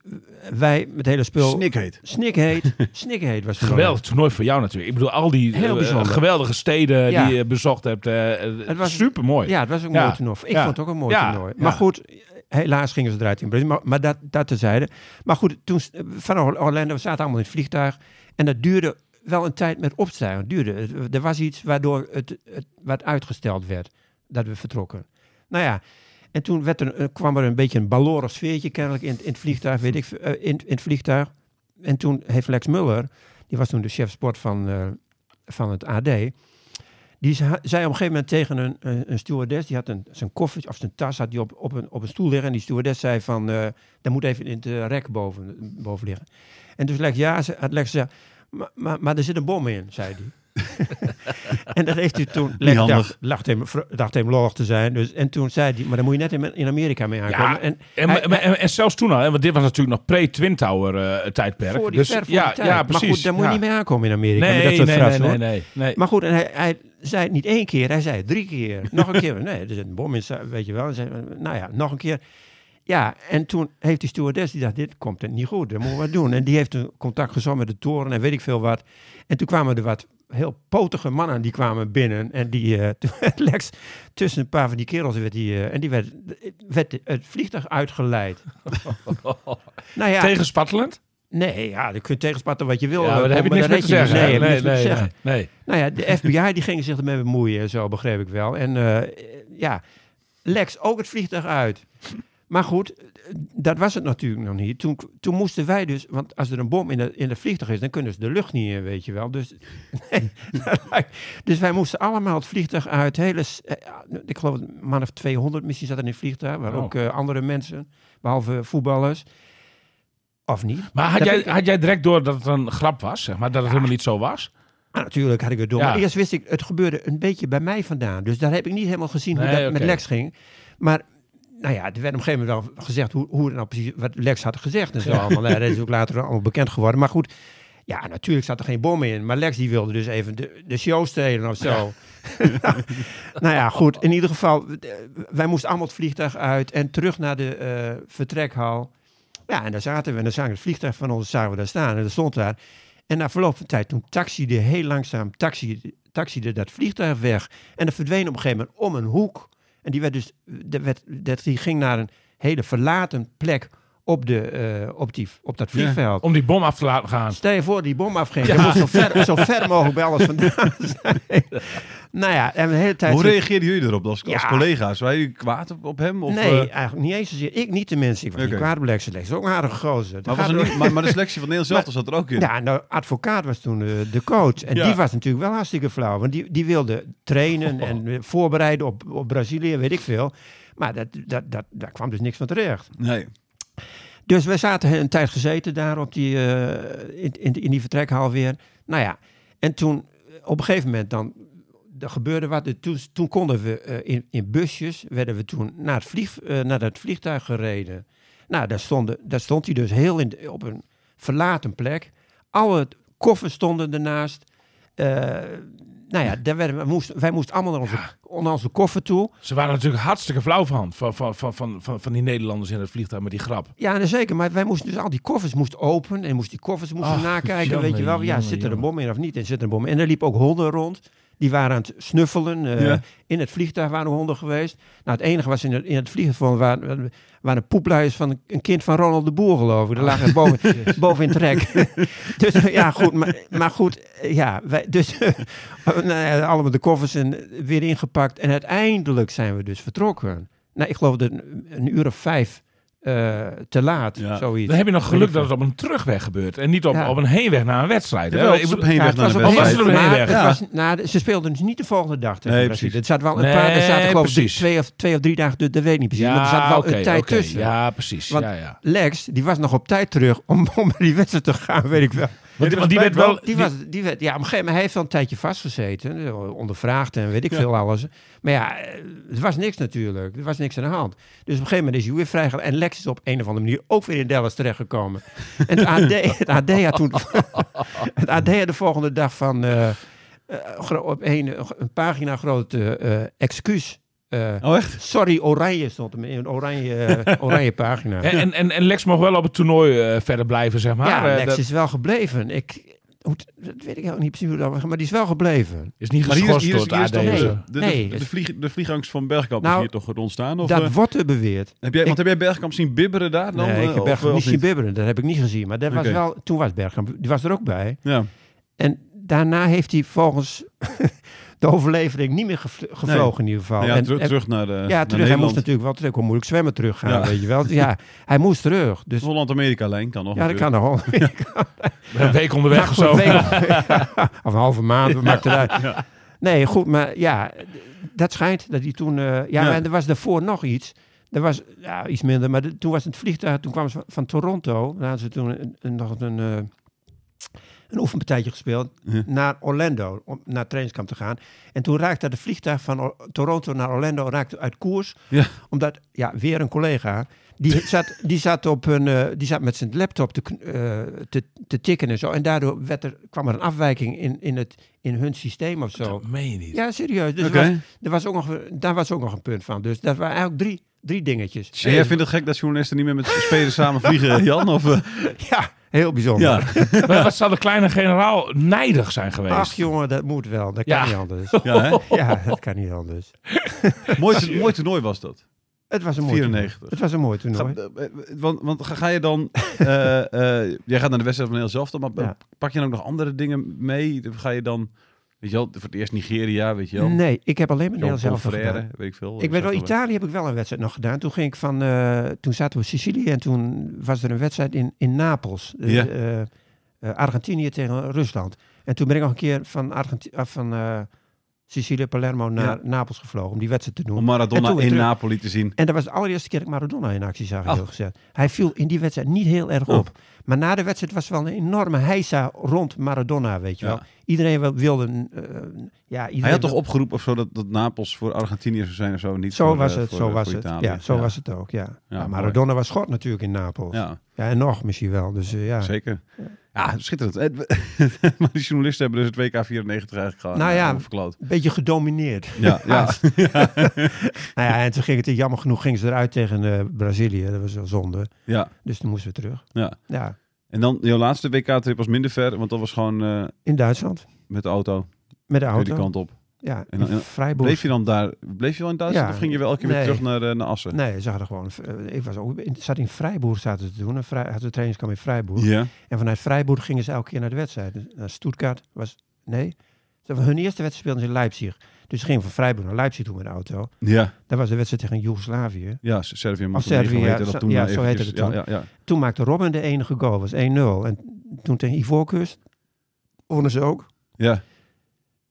[SPEAKER 4] wij met het hele spul...
[SPEAKER 2] Snikheet.
[SPEAKER 4] Snikheet. Snikheet was verloren.
[SPEAKER 3] Geweldig toernooi voor jou natuurlijk. Ik bedoel, al die
[SPEAKER 4] Heel
[SPEAKER 3] eh,
[SPEAKER 4] bijzonder.
[SPEAKER 3] geweldige steden
[SPEAKER 4] Ja.
[SPEAKER 3] die je bezocht hebt. eh,
[SPEAKER 4] Het
[SPEAKER 3] het
[SPEAKER 4] was-
[SPEAKER 3] was super mooi.
[SPEAKER 4] Ja, het was ook een
[SPEAKER 3] Ja.
[SPEAKER 4] mooi toernooi. Ik
[SPEAKER 3] Ja.
[SPEAKER 4] vond het ook een mooi
[SPEAKER 3] Ja.
[SPEAKER 4] toernooi.
[SPEAKER 3] Ja.
[SPEAKER 4] Maar goed, helaas gingen ze eruit in Brazilië. Maar, maar dat, dat tezijde. Maar goed, toen, s- van Or- Orlando, we zaten allemaal in het vliegtuig. En dat duurde wel een tijd met opstijgen. Het duurde. het- Er was iets waardoor het, het wat uitgesteld werd. Dat we vertrokken. Nou ja, en toen werd er, eh, kwam er een beetje een balorig sfeertje kennelijk in, in het vliegtuig. Weet ik, eh, in, in het vliegtuig. En toen heeft Lex Muller, die was toen de chef sport van, eh, van het AD. Die ze- zei op een gegeven moment tegen een, een, een stewardess, die had een, zijn koffertje of zijn tas had die op, op, een, op een stoel liggen. En die stewardess zei van, eh dat moet even in het eh, rek boven, boven liggen. En toen Lex, ja, ze, had Lex gezegd, maar, maar, maar er zit een bom in, zei hij. en dat heeft hij toen, Lex
[SPEAKER 2] handig.
[SPEAKER 4] dacht, dacht hem, vro- dacht hem lollig te zijn. Dus, en toen zei hij, maar dan moet je net in, in Amerika mee aankomen.
[SPEAKER 3] Ja,
[SPEAKER 4] en,
[SPEAKER 3] en, en,
[SPEAKER 4] hij-
[SPEAKER 3] en, en zelfs toen al, hè, want dit was natuurlijk nog pre-Twin Tower eh, tijdperk.
[SPEAKER 4] voor die
[SPEAKER 3] dus,
[SPEAKER 4] ver voor
[SPEAKER 3] ja,
[SPEAKER 4] die tijd.
[SPEAKER 3] ja,
[SPEAKER 4] maar
[SPEAKER 3] precies.
[SPEAKER 4] goed, daar moet je
[SPEAKER 3] Ja.
[SPEAKER 4] niet mee aankomen in Amerika.
[SPEAKER 3] nee,
[SPEAKER 4] met dat soort
[SPEAKER 3] nee, nee,
[SPEAKER 4] fratsen,
[SPEAKER 3] nee,
[SPEAKER 4] hoor.
[SPEAKER 3] nee, nee.
[SPEAKER 4] Maar goed, en hij, hij zei het niet één keer, hij zei het drie keer. Nog een keer, nee, er zit een bom in, weet je wel. En zei, nou ja, nog een keer. Ja, en toen heeft die stewardess, die dacht, dit komt niet goed, dat moeten we wat doen. En die heeft een contact gezocht met de toren en weet ik veel wat. En toen kwamen er wat heel potige mannen, die kwamen binnen. En die, eh, toen werd Lex, tussen een paar van die kerels werd die, eh, en die werd, werd het vliegtuig uitgeleid. nou ja,
[SPEAKER 3] Tegenspattelend?
[SPEAKER 4] nee, ja, je kunt tegenspatten wat je wil.
[SPEAKER 3] Ja, maar
[SPEAKER 4] eh,
[SPEAKER 3] daar heb je
[SPEAKER 4] maar
[SPEAKER 3] niks
[SPEAKER 4] daar
[SPEAKER 3] meer te
[SPEAKER 4] red je
[SPEAKER 3] zeggen.
[SPEAKER 4] Nee,
[SPEAKER 3] hè?
[SPEAKER 4] heb je
[SPEAKER 3] Nee,
[SPEAKER 4] niks meer te
[SPEAKER 3] nee,
[SPEAKER 4] zeggen.
[SPEAKER 3] nee. nee.
[SPEAKER 4] Nou ja, de FBI die ging zich ermee bemoeien en zo, begreep ik wel. En eh, ja, Lex ook het vliegtuig uit. Maar goed, dat was het natuurlijk nog niet. Toen, toen moesten wij dus, want als er een bom in het in het vliegtuig is, dan kunnen ze de lucht niet in, weet je wel. Dus, nee, dat lijkt- dus wij moesten allemaal het vliegtuig uit. Hele, s- eh, ik geloof een man of 200 misschien zat er in het vliegtuig, maar
[SPEAKER 3] Oh.
[SPEAKER 4] ook eh, andere mensen, behalve voetballers. Of niet?
[SPEAKER 3] Maar had
[SPEAKER 4] Dat
[SPEAKER 3] jij,
[SPEAKER 4] vind ik-
[SPEAKER 3] had jij direct door dat het een grap was, zeg maar, dat het helemaal niet zo was?
[SPEAKER 4] Ah, natuurlijk had ik het door.
[SPEAKER 3] Ja.
[SPEAKER 4] Maar eerst wist ik, het gebeurde een beetje bij mij vandaan. Dus daar heb ik niet helemaal gezien hoe
[SPEAKER 3] Nee,
[SPEAKER 4] dat
[SPEAKER 3] oké.
[SPEAKER 4] met Lex ging. Maar nou ja, er werd op een gegeven moment wel gezegd hoe, hoe het nou precies wat Lex had gezegd en zo allemaal. Nou, dat is ook later allemaal bekend geworden. Maar goed, ja, natuurlijk zat er geen bom in. Maar Lex die wilde dus even de, de show stelen of zo. nou ja, goed. In ieder geval, eh, wij moesten allemaal het vliegtuig uit en terug naar de eh, vertrekhal. Ja, en daar zaten we. En dan zagen we het vliegtuig van ons zagen we daar staan. En dat stond daar. En na verloop van tijd, toen taxiede heel langzaam taxiede, taxiede dat vliegtuig weg. En dat verdween op een gegeven moment om een hoek. En die, werd dus, dat werd, dat, die ging naar een hele verlaten plek op, de, eh, op, die, op dat vliegveld.
[SPEAKER 3] Om die bom af te laten gaan.
[SPEAKER 4] Stel je voor die bom afging. Je moet zo ver, zo ver mogelijk bij alles vandaan zijn. nou ja, en de hele tijd...
[SPEAKER 2] Hoe reageerden jullie erop als, als
[SPEAKER 4] Ja.
[SPEAKER 2] collega's? Waren jullie kwaad op, op hem? Of,
[SPEAKER 4] nee,
[SPEAKER 2] eh,
[SPEAKER 4] eigenlijk niet eens zozeer. Ik niet de mensen. Ik was niet
[SPEAKER 2] Oké.
[SPEAKER 4] kwaad op Lex. Lex is ook een aardige gozer. Dat
[SPEAKER 2] maar, was
[SPEAKER 4] gaat
[SPEAKER 2] er
[SPEAKER 4] door-
[SPEAKER 2] niet, maar, maar de selectie van Nederland zelf zat er ook in.
[SPEAKER 4] Ja, nou, advocaat was toen eh, de coach. En
[SPEAKER 2] Ja. Oh.
[SPEAKER 4] die was natuurlijk wel hartstikke flauw. Want die, die wilde trainen en eh, voorbereiden op, op Brazilië, weet ik veel. Maar dat, dat, dat, daar kwam dus niks van terecht.
[SPEAKER 2] Nee.
[SPEAKER 4] Dus wij zaten een tijd gezeten daar op die, eh, in, in, in die vertrekhal weer. Nou ja, en toen eh, op een gegeven moment dan er gebeurde wat. Dus Toen, toen konden we eh, in, in busjes, werden we toen naar het, vlieg, eh, naar het vliegtuig gereden. Nou, daar, stonden, daar stond hij dus heel in, de- op een verlaten plek. Alle koffers stonden ernaast. Eh, nou ja, daar werden, we moesten, wij moesten allemaal naar onze, naar onze koffer toe.
[SPEAKER 3] Ze waren natuurlijk hartstikke flauw van, van, van, van, van, van, van die Nederlanders in het vliegtuig met die grap.
[SPEAKER 4] Ja, nee, zeker. Maar wij moesten dus al die koffers moesten open en moest die koffers moesten
[SPEAKER 3] Ach,
[SPEAKER 4] nakijken,
[SPEAKER 3] jongen,
[SPEAKER 4] weet je wel. Ja,
[SPEAKER 3] jongen,
[SPEAKER 4] zit er een
[SPEAKER 3] jongen.
[SPEAKER 4] bom in of niet? En zit er een bom in. En er liepen ook honden rond. Die waren aan het snuffelen. eh,
[SPEAKER 2] Ja.
[SPEAKER 4] In het vliegtuig waren honden geweest. Nou, het enige was in het, in het vliegtuig waren, waren poepluiers van een- een kind van Ronald de Boer, geloof ik. Die lagen boven, boven in het rek. dus ja, goed. Maar, maar goed, eh, ja. Wij, dus eh, nou ja, allemaal de koffers en eh, weer ingepakt. En uiteindelijk zijn we dus vertrokken. Nou, ik geloof dat een, een uur of vijf eh, te laat,
[SPEAKER 2] Ja.
[SPEAKER 4] zoiets.
[SPEAKER 3] Dan heb je nog geluk
[SPEAKER 4] Weet ik
[SPEAKER 3] dat het op een terugweg gebeurt. En niet op,
[SPEAKER 4] Ja.
[SPEAKER 3] op een heenweg naar een wedstrijd. hè?
[SPEAKER 2] Jawel,
[SPEAKER 3] Ik
[SPEAKER 2] het is op
[SPEAKER 3] bedoel-
[SPEAKER 2] heenweg naar de
[SPEAKER 3] op
[SPEAKER 2] wedstrijd.
[SPEAKER 3] was er een heenweg?
[SPEAKER 4] het
[SPEAKER 2] Ja.
[SPEAKER 4] was- nou, de- ze speelden dus niet de volgende dag tegen
[SPEAKER 2] Nee,
[SPEAKER 4] Brazilië.
[SPEAKER 2] precies.
[SPEAKER 4] Er zaten wel een paar, er zaten
[SPEAKER 3] Nee,
[SPEAKER 4] geloof ik
[SPEAKER 3] precies.
[SPEAKER 4] twee of, twee of drie dagen, dat dat weet ik niet precies. maar er zat wel
[SPEAKER 3] oké,
[SPEAKER 4] een tijd
[SPEAKER 3] oké.
[SPEAKER 4] tussen.
[SPEAKER 3] Ja, precies.
[SPEAKER 4] Want-
[SPEAKER 3] ja, ja.
[SPEAKER 4] Lex, die was nog op tijd terug om, om naar die wedstrijd te gaan, weet ik wel.
[SPEAKER 3] Want,
[SPEAKER 2] was
[SPEAKER 3] want die
[SPEAKER 2] bij-
[SPEAKER 3] werd wel...
[SPEAKER 4] Die, was, die werd, ja, op een gegeven moment, hij heeft wel een tijdje vastgezeten. eh, Ondervraagd en weet ik veel alles. Maar ja, eh, het was niks natuurlijk. Er was niks aan de hand. Dus op een gegeven moment is hij weer vrijgegaan. En Lex is op een of andere manier ook weer in Dallas terechtgekomen. En het AD, het AD had toen... het AD had de volgende dag van... eh, eh, gro- op een, een pagina groot eh, eh, excuus eh,
[SPEAKER 2] Oh, echt?
[SPEAKER 4] sorry, oranje stond hem in een oranje, eh, oranje pagina.
[SPEAKER 3] En, en- en, en Lex mocht wel op het toernooi eh, verder blijven, zeg maar.
[SPEAKER 4] ja,
[SPEAKER 3] Eh,
[SPEAKER 4] Lex
[SPEAKER 3] dat
[SPEAKER 4] is wel gebleven. Ik, hoe, het- dat weet ik helemaal niet precies hoe dat was, maar die is wel gebleven.
[SPEAKER 3] is niet
[SPEAKER 2] Maar hier is,
[SPEAKER 3] geschorst
[SPEAKER 2] hier
[SPEAKER 3] door
[SPEAKER 2] is,
[SPEAKER 3] het
[SPEAKER 2] hier is toch
[SPEAKER 3] AD.
[SPEAKER 4] Nee.
[SPEAKER 2] de, de,
[SPEAKER 4] Nee.
[SPEAKER 2] de, de vlieg, de vliegangst van Bergkamp is
[SPEAKER 4] Nou,
[SPEAKER 2] hier toch ontstaan? Of,
[SPEAKER 4] dat
[SPEAKER 2] eh,
[SPEAKER 4] wordt er beweerd.
[SPEAKER 2] heb jij, want heb jij Bergkamp zien bibberen daar dan?
[SPEAKER 4] nee, ik
[SPEAKER 2] eh,
[SPEAKER 4] heb
[SPEAKER 2] of-
[SPEAKER 4] Bergkamp
[SPEAKER 2] of
[SPEAKER 4] niet zien
[SPEAKER 2] niet?
[SPEAKER 4] bibberen. Dat heb ik niet gezien. Maar dat was
[SPEAKER 2] Oké.
[SPEAKER 4] wel, toen was Bergkamp, die was er ook bij.
[SPEAKER 2] Ja.
[SPEAKER 4] En daarna heeft hij volgens de overlevering niet meer gevl- gevlogen in ieder
[SPEAKER 3] Oh.
[SPEAKER 4] geval.
[SPEAKER 2] Nou ja,
[SPEAKER 4] en,
[SPEAKER 2] terug,
[SPEAKER 4] en-
[SPEAKER 2] terug naar de
[SPEAKER 4] ja,
[SPEAKER 2] naar
[SPEAKER 4] terug. Hij moest
[SPEAKER 2] Nederland.
[SPEAKER 4] natuurlijk wel terug. Hoe moeilijk zwemmen teruggaan,
[SPEAKER 2] Ja.
[SPEAKER 4] weet je wel. Dus Ja, hij moest terug. Dus
[SPEAKER 2] Holland-Amerika-lijn kan nog
[SPEAKER 4] ja, dat
[SPEAKER 2] Oh, natuurlijk.
[SPEAKER 4] kan nog wel.
[SPEAKER 3] Een week onderweg of
[SPEAKER 4] goed,
[SPEAKER 3] zo.
[SPEAKER 4] weet- of een halve maand, wat maakt het uit. Nee, goed, maar ja, d- dat schijnt dat hij toen... eh, ja,
[SPEAKER 2] Ja.
[SPEAKER 4] en er was daarvoor nog iets. Er was ja, iets minder, maar de- toen was het vliegtuig... Toen kwamen ze van, van Toronto, daar hadden ze toen een- een- nog een, eh, een oefenpartijtje gespeeld...
[SPEAKER 2] Ja.
[SPEAKER 4] naar Orlando, om naar trainingskamp te gaan. En toen raakte het vliegtuig van O- Toronto naar Orlando raakte uit koers...
[SPEAKER 2] Ja.
[SPEAKER 4] omdat, ja, weer een collega... Die zat, die, zat op een, eh, die zat met zijn laptop te, kn- eh, te, te tikken en zo. En daardoor werd er, kwam er een afwijking in, in, het, in hun systeem of zo.
[SPEAKER 3] Dat meen je niet.
[SPEAKER 4] Ja, serieus. Dus er
[SPEAKER 2] Oké.
[SPEAKER 4] was, er was ook nog, daar was ook nog een punt van. Dus dat waren eigenlijk drie, drie dingetjes.
[SPEAKER 2] En jij vindt het gek dat journalisten niet meer met spelers samen vliegen, Jan? Of, eh,
[SPEAKER 4] Ja, heel bijzonder.
[SPEAKER 2] ja.
[SPEAKER 3] Maar Wat zou de kleine generaal nijdig zijn geweest?
[SPEAKER 4] Ach jongen, dat moet wel. Dat kan
[SPEAKER 3] Ja.
[SPEAKER 4] niet anders.
[SPEAKER 2] Ja, hè?
[SPEAKER 4] Ja, dat kan niet anders.
[SPEAKER 2] Mooi, to- mooi toernooi was dat.
[SPEAKER 4] Het was een mooi
[SPEAKER 2] 94.
[SPEAKER 4] toernooi. Het was een mooi toernooi.
[SPEAKER 2] Ga- eh, eh, want want ga, ga je dan... eh, eh, jij gaat naar de wedstrijd van heel zelf, maar eh,
[SPEAKER 4] Ja.
[SPEAKER 2] pak je dan ook nog andere dingen mee? Ga je dan... Weet je wel, voor het eerst Nigeria, weet je wel.
[SPEAKER 4] Nee, ik heb alleen maar
[SPEAKER 2] Zo'n
[SPEAKER 4] Nederlands zelf gedaan.
[SPEAKER 2] confrère, weet ik veel. eh,
[SPEAKER 4] Ik weet wel, Italië heb ik wel een wedstrijd nog gedaan. Toen ging ik van, eh, toen zaten we in Sicilië en toen was er een wedstrijd in, in Napels. Eh,
[SPEAKER 2] Ja.
[SPEAKER 4] eh, eh, Argentinië tegen Rusland. En toen ben ik nog een keer van, Argenti ah, van eh, Sicilië, Palermo naar Napels gevlogen om die wedstrijd te doen.
[SPEAKER 2] Om
[SPEAKER 4] En
[SPEAKER 2] Maradona
[SPEAKER 4] toen
[SPEAKER 2] in
[SPEAKER 4] weer terug.
[SPEAKER 2] Napoli te zien.
[SPEAKER 4] En dat was de allereerste keer dat ik Maradona in actie zag,
[SPEAKER 2] Oh.
[SPEAKER 4] heel gezegd. Hij viel in die wedstrijd niet heel erg
[SPEAKER 2] Oh.
[SPEAKER 4] op. Maar na de wedstrijd was wel een enorme heisa rond Maradona, weet je
[SPEAKER 2] Ja.
[SPEAKER 4] wel. Iedereen wel- wilde... eh, ja, iedereen
[SPEAKER 2] Hij had
[SPEAKER 4] wil-
[SPEAKER 2] toch opgeroepen of zo dat, dat Napels voor Argentinië zou zijn of zo? Niet
[SPEAKER 4] zo
[SPEAKER 2] voor, eh,
[SPEAKER 4] was het,
[SPEAKER 2] voor-
[SPEAKER 4] zo
[SPEAKER 2] voor
[SPEAKER 4] was het.
[SPEAKER 2] Italië.
[SPEAKER 4] Ja, zo was het ook, ja.
[SPEAKER 2] Ja,
[SPEAKER 4] Maar Maradona was schot natuurlijk in Napels. Ja.
[SPEAKER 2] Ja,
[SPEAKER 4] en nog misschien wel. Dus eh, ja.
[SPEAKER 2] zeker. Ja, schitterend. Eh, maar die journalisten hebben dus het WK 94 eigenlijk gewoon
[SPEAKER 4] Nou
[SPEAKER 2] eh,
[SPEAKER 4] ja.
[SPEAKER 2] allemaal verkloot.
[SPEAKER 4] Een beetje gedomineerd.
[SPEAKER 2] Ja, ja.
[SPEAKER 4] nou ja, en toen ging het, jammer genoeg, ging ze eruit tegen eh, Brazilië. Dat was wel zonde.
[SPEAKER 2] ja,
[SPEAKER 4] Dus toen moesten we terug.
[SPEAKER 2] ja.
[SPEAKER 4] Ja,
[SPEAKER 2] En dan, jouw laatste WK-trip was minder ver, want dat was gewoon eh,
[SPEAKER 4] in Duitsland.
[SPEAKER 2] met de auto,
[SPEAKER 4] Met de
[SPEAKER 2] weer die
[SPEAKER 4] auto.
[SPEAKER 2] kant op.
[SPEAKER 4] Ja,
[SPEAKER 2] En dan-
[SPEAKER 4] in Freiburg.
[SPEAKER 2] Bleef je dan daar, bleef je wel in Duitsland
[SPEAKER 4] Ja.
[SPEAKER 2] of ging je wel elke keer weer
[SPEAKER 4] Nee.
[SPEAKER 2] terug naar, eh, naar Assen?
[SPEAKER 4] Nee, ze hadden gewoon... eh, Ik was ook, in- zat in Freiburg zaten ze te doen. Een vrij, hadden ze trainingskamp in Freiburg.
[SPEAKER 2] Ja,
[SPEAKER 4] En vanuit Freiburg gingen ze elke keer naar de wedstrijd. Dus Naar Stuttgart was... Nee. Ze- Hun eerste wedstrijd speelden ze in Leipzig. Dus ze gingen van Freiburg naar Leipzig toe met de auto.
[SPEAKER 2] ja,
[SPEAKER 4] Dat was de wedstrijd tegen Joegoslavië.
[SPEAKER 2] ja, Servië mag
[SPEAKER 4] Of Servië, ja,
[SPEAKER 2] dat
[SPEAKER 4] zo-
[SPEAKER 2] toen
[SPEAKER 4] ja,
[SPEAKER 2] maar
[SPEAKER 4] zo heette
[SPEAKER 2] eventjes.
[SPEAKER 4] het
[SPEAKER 2] Ja, ja, ja.
[SPEAKER 4] Toen maakte Robin de enige goal, was 1-0. En toen tegen Ivoorkust wonnen ze ook,
[SPEAKER 2] ja,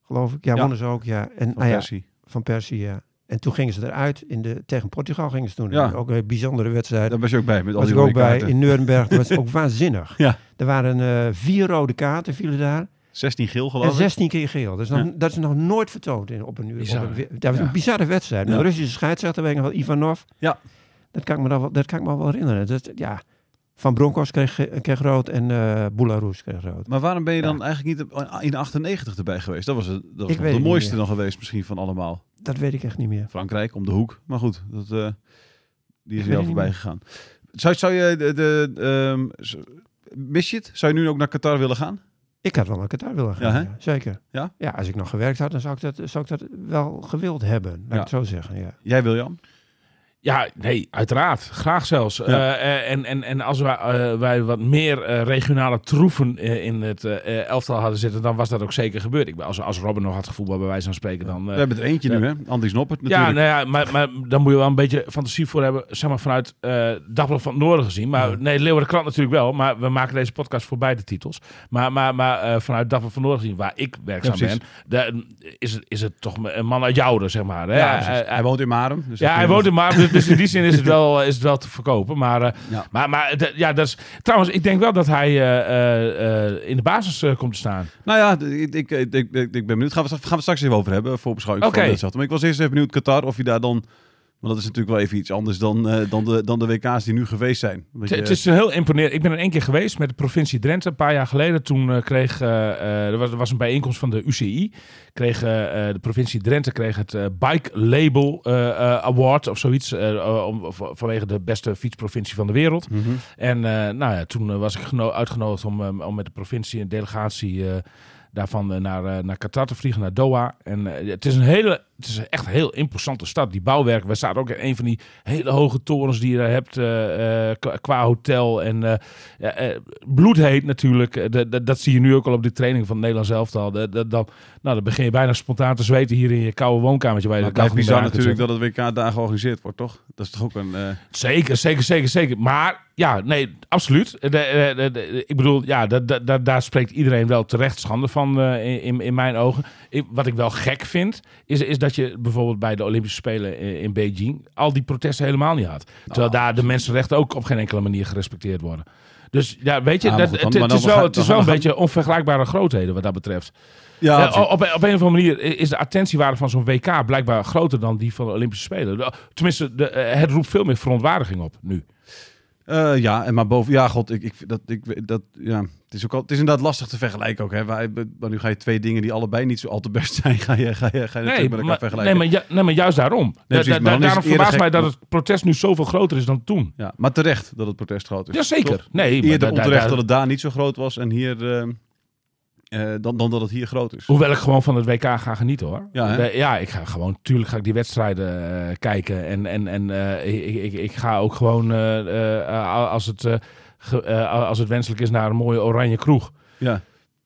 [SPEAKER 4] geloof ik. Ja,
[SPEAKER 2] Ja.
[SPEAKER 4] wonnen ze ook, ja. En,
[SPEAKER 2] van
[SPEAKER 4] nou ja,
[SPEAKER 2] Persie.
[SPEAKER 4] van Persie, ja. En toen gingen ze eruit in de, tegen Portugal. Gingen ze toen
[SPEAKER 2] Ja.
[SPEAKER 4] ook een bijzondere wedstrijd.
[SPEAKER 2] Daar was je ook bij, met al
[SPEAKER 4] was
[SPEAKER 2] die
[SPEAKER 4] ik ook
[SPEAKER 2] rode
[SPEAKER 4] bij
[SPEAKER 2] kaarten.
[SPEAKER 4] in Nuremberg. Dat was ook waanzinnig.
[SPEAKER 2] Ja.
[SPEAKER 4] Er waren eh, vier rode kaarten vielen daar.
[SPEAKER 2] 16 geel
[SPEAKER 4] En
[SPEAKER 2] geloof ik.
[SPEAKER 4] 16 keer geel. Dat is, nog, dat is nog nooit vertoond in, op een uur.
[SPEAKER 3] Bizar,
[SPEAKER 4] op een-
[SPEAKER 3] hè?
[SPEAKER 4] dat was
[SPEAKER 2] Ja.
[SPEAKER 4] een bizarre wedstrijd. Een
[SPEAKER 2] Ja.
[SPEAKER 4] Russische scheidsrechter, weet ik nog wel, Ivanov.
[SPEAKER 2] Ja.
[SPEAKER 4] Dat kan ik me, dan wel, dat kan ik me wel herinneren. Dat, ja. Van Broncos kreeg, ge- kreeg rood en eh Boularus kreeg rood.
[SPEAKER 2] Maar waarom ben je dan eigenlijk niet op- in 98 erbij geweest? Dat was, het- dat was
[SPEAKER 4] Ik weet
[SPEAKER 2] de
[SPEAKER 4] het
[SPEAKER 2] mooiste
[SPEAKER 4] niet
[SPEAKER 2] dan geweest misschien van allemaal.
[SPEAKER 4] Dat weet ik echt niet meer.
[SPEAKER 2] Frankrijk om de hoek. Maar goed, dat, eh, die is
[SPEAKER 4] weet
[SPEAKER 2] wel
[SPEAKER 4] het
[SPEAKER 2] voorbij
[SPEAKER 4] niet.
[SPEAKER 2] gegaan. Zou, zou je de, de, ehm, z- mis je het? Zou je nu ook naar Qatar willen gaan?
[SPEAKER 4] Ik had wel naar Qatar willen gaan.
[SPEAKER 2] Ja, hè?
[SPEAKER 4] ja. zeker.
[SPEAKER 2] Ja?
[SPEAKER 4] ja, als ik nog gewerkt had, dan zou ik dat, zou ik dat wel gewild hebben. Laat
[SPEAKER 2] Ja.
[SPEAKER 4] ik het zo zeggen. Ja.
[SPEAKER 2] Jij William?
[SPEAKER 3] Ja, nee, uiteraard. Graag zelfs. Eh, eh, en, en, en als wij, eh, wij wat meer eh, regionale troeven eh, in het eh, elftal hadden zitten, dan was dat ook zeker gebeurd. Ik, ben- als, als Robin nog had gevoetbal bij wijze van spreken, dan... eh,
[SPEAKER 2] We hebben er eentje
[SPEAKER 3] ja.
[SPEAKER 2] nu, hè? Andy Snoppert
[SPEAKER 3] ja,
[SPEAKER 2] natuurlijk.
[SPEAKER 3] nou ja maar, maar dan moet je wel een beetje fantasie voor hebben, zeg maar vanuit eh Dagblad van het Noorden gezien. Maar nee, Leeuwarden Krant natuurlijk wel, maar we maken deze podcast voor beide titels. Maar, maar, maar eh, vanuit Dagblad van het Noorden gezien, waar ik werkzaam
[SPEAKER 2] Ja, precies.
[SPEAKER 3] ben, daar, is, het, is het toch een man uit Jouden, zeg maar. hè?
[SPEAKER 2] precies.
[SPEAKER 3] Hij- hij-
[SPEAKER 2] hij woont in Marem. Dus
[SPEAKER 3] ja,
[SPEAKER 2] dat-
[SPEAKER 3] hij woont in maar dus, dus in die zin is het wel, is het wel te verkopen. Maar, eh,
[SPEAKER 2] Ja.
[SPEAKER 3] maar, maar d- ja, dat is, trouwens, ik denk wel dat hij eh, eh, eh, in de basis eh, komt te staan.
[SPEAKER 2] Nou ja, d- ik, ik, ik, ik, ik ben benieuwd. Gaan we, gaan we het straks even over hebben, voor beschouwing
[SPEAKER 3] Oké.
[SPEAKER 2] van de wedstrijd. Maar ik was eerst even benieuwd, Qatar, of je daar dan... Maar dat is natuurlijk wel even iets anders dan, eh, dan, de, dan de WK's die nu geweest zijn. Want
[SPEAKER 3] Het,
[SPEAKER 2] je-
[SPEAKER 3] het is heel imponerend. Ik ben er één keer geweest met de provincie Drenthe een paar jaar geleden. Toen eh, kreeg eh, eh, er was, er was een bijeenkomst van de UCI. Kreeg, eh, eh, de provincie Drenthe kreeg het eh, Bike Label eh, eh, Award of zoiets. eh, om, v- vanwege de beste fietsprovincie van de wereld.
[SPEAKER 2] Mhm.
[SPEAKER 3] En eh, nou ja, toen eh, was ik geno- uitgenodigd om, eh, om met de provincie en delegatie eh, daarvan eh, naar, eh, naar Qatar te vliegen, naar Doha. En eh, het is een hele, het is een echt heel imposante stad. Die bouwwerken, we zaten ook in een van die hele hoge torens die je daar hebt eh, eh, qua- qua hotel. En eh, ja, eh, bloedheet natuurlijk. Eh, dat- dat- dat zie je nu ook al op de training van het Nederlands elftal. Dat, dat, dat- nou, dan begin je bijna spontaan te zweten hier in je koude woonkamertje. Waar je
[SPEAKER 2] Maar
[SPEAKER 3] de
[SPEAKER 2] het blijft
[SPEAKER 3] kachel niet
[SPEAKER 2] bizar
[SPEAKER 3] meer aan kunt
[SPEAKER 2] natuurlijk dat het
[SPEAKER 3] zetten.
[SPEAKER 2] WK daar georganiseerd wordt, toch? Dat is toch ook een... eh,
[SPEAKER 3] Zeker, zeker, zeker, zeker. Maar ja, nee, absoluut. Eh, De- de- de- de- ik bedoel, ja, da- da- da- daar spreekt iedereen wel terecht schande van eh, in, in mijn ogen. Ik- wat ik wel gek vind, is, is dat je bijvoorbeeld bij de Olympische Spelen eh, in, in Beijing al die protesten helemaal niet had.
[SPEAKER 2] Ah.
[SPEAKER 3] Terwijl daar de mensenrechten ook op geen enkele manier gerespecteerd worden. Dus ja, weet je,
[SPEAKER 2] Ah, maar
[SPEAKER 3] dat,
[SPEAKER 2] goed,
[SPEAKER 3] het,
[SPEAKER 2] dan-
[SPEAKER 3] het
[SPEAKER 2] maar
[SPEAKER 3] is
[SPEAKER 2] dan
[SPEAKER 3] wel,
[SPEAKER 2] gaan-
[SPEAKER 3] het is
[SPEAKER 2] dan
[SPEAKER 3] wel een
[SPEAKER 2] gaan-
[SPEAKER 3] beetje onvergelijkbare grootheden wat dat betreft.
[SPEAKER 2] ja,
[SPEAKER 3] Ja,
[SPEAKER 2] natuurlijk.
[SPEAKER 3] op, op een of andere manier is de attentiewaarde van zo'n WK blijkbaar groter dan die van de Olympische Spelen. De- Tenminste, de, eh, het roept veel meer verontwaardiging op nu.
[SPEAKER 2] Eh, ja, en maar boven... Ja, god, ik, ik, dat, ik, dat, ja. het, is ook al, het is inderdaad lastig te vergelijken ook. Hè? Wij- Maar nu ga je twee dingen die allebei niet zo al te best zijn, ga je, ga je, ga je natuurlijk met elkaar
[SPEAKER 3] maar, nee,
[SPEAKER 2] vergelijken.
[SPEAKER 3] maar, ju- nee, maar juist daarom. Da-
[SPEAKER 2] precies,
[SPEAKER 3] da-
[SPEAKER 2] maar dan is
[SPEAKER 3] daarom
[SPEAKER 2] het eerder
[SPEAKER 3] verbaast
[SPEAKER 2] gek-
[SPEAKER 3] mij dat het protest nu zoveel groter is dan toen.
[SPEAKER 2] Ja, maar terecht dat het protest groot is.
[SPEAKER 3] Jazeker.
[SPEAKER 2] Dus Toch?
[SPEAKER 3] Nee, maar
[SPEAKER 2] Eerder
[SPEAKER 3] da- da-
[SPEAKER 2] onterecht
[SPEAKER 3] da-
[SPEAKER 2] dat het daar niet zo groot was en hier... eh, eh, dan, dan dat het hier groot is.
[SPEAKER 3] Hoewel ik gewoon van het WK ga genieten hoor.
[SPEAKER 2] Ja, hè?
[SPEAKER 3] Da- ja ik ga gewoon, tuurlijk ga ik die wedstrijden eh, kijken. En, en, en eh, ik, ik, ik ga ook gewoon, eh, eh, als, het, eh, ge- eh, als het wenselijk is, naar een mooie oranje kroeg.
[SPEAKER 2] Ja.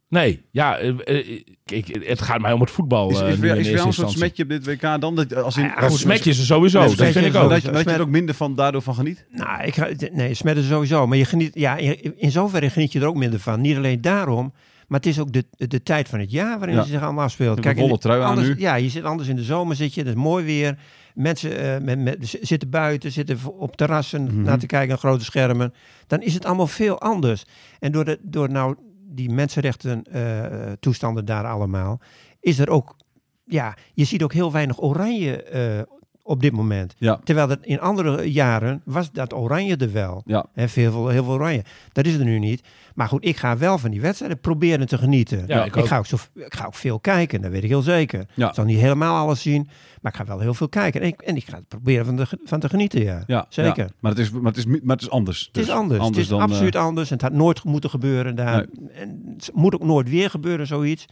[SPEAKER 3] Nee, ja, eh, eh, ik, ik- het gaat mij om het voetbal.
[SPEAKER 2] Is,
[SPEAKER 3] eh,
[SPEAKER 2] is,
[SPEAKER 3] nu in
[SPEAKER 2] weer- is
[SPEAKER 3] eerste
[SPEAKER 2] er wel een soort
[SPEAKER 3] instantie.
[SPEAKER 2] smetje op dit WK dan? Dat, als in,
[SPEAKER 4] Ah, ja,
[SPEAKER 3] Dat
[SPEAKER 4] goed, dus-
[SPEAKER 3] smetje is er sowieso,
[SPEAKER 2] Nee,
[SPEAKER 3] dat
[SPEAKER 2] smet
[SPEAKER 3] vind ik
[SPEAKER 4] is er
[SPEAKER 3] ook.
[SPEAKER 2] Dat je, dat je
[SPEAKER 4] Smet-
[SPEAKER 2] er ook minder van, daardoor van geniet?
[SPEAKER 4] Nou, ik ga, nee, smetten sowieso. Maar je geniet, ja, in in zoverre geniet je er ook minder van. Niet alleen daarom, maar het is ook de, de tijd van het jaar waarin
[SPEAKER 2] Ja.
[SPEAKER 4] ze zich allemaal afspeelt.
[SPEAKER 2] Ik heb een
[SPEAKER 4] in-
[SPEAKER 2] wollen trui aan
[SPEAKER 4] anders,
[SPEAKER 2] nu.
[SPEAKER 4] Ja, je zit anders in de zomer, zit je, dat is mooi weer. Mensen eh, met, met, z- zitten buiten, zitten v- op terrassen
[SPEAKER 2] Mhm.
[SPEAKER 4] naar te kijken, naar grote schermen. Dan is het allemaal veel anders. En door, de, door nou die mensenrechten eh, toestanden daar allemaal, is er ook, ja, je ziet ook heel weinig oranje eh, op dit moment.
[SPEAKER 2] Ja.
[SPEAKER 4] Terwijl er in andere jaren was dat oranje er wel.
[SPEAKER 2] Ja.
[SPEAKER 4] Hè, veel, veel- heel veel oranje. Dat is er nu niet. Maar goed, ik ga wel van die wedstrijden proberen te genieten.
[SPEAKER 3] Ja, ik
[SPEAKER 4] ik,
[SPEAKER 3] ook.
[SPEAKER 4] ga ook zo, ik ga ook veel kijken, dat weet ik heel zeker.
[SPEAKER 2] Ja.
[SPEAKER 4] Ik zal niet helemaal alles zien, maar ik ga wel heel veel kijken. En ik, en ik ga het proberen van, de, ge- van te genieten, ja.
[SPEAKER 2] Ja,
[SPEAKER 4] Zeker.
[SPEAKER 2] ja. Maar, het is, maar, het is, mi- maar het is anders. eh,
[SPEAKER 4] Het is anders. Het is absoluut anders. En het had nooit moeten gebeuren daar. En het moet ook nooit weer gebeuren, zoiets.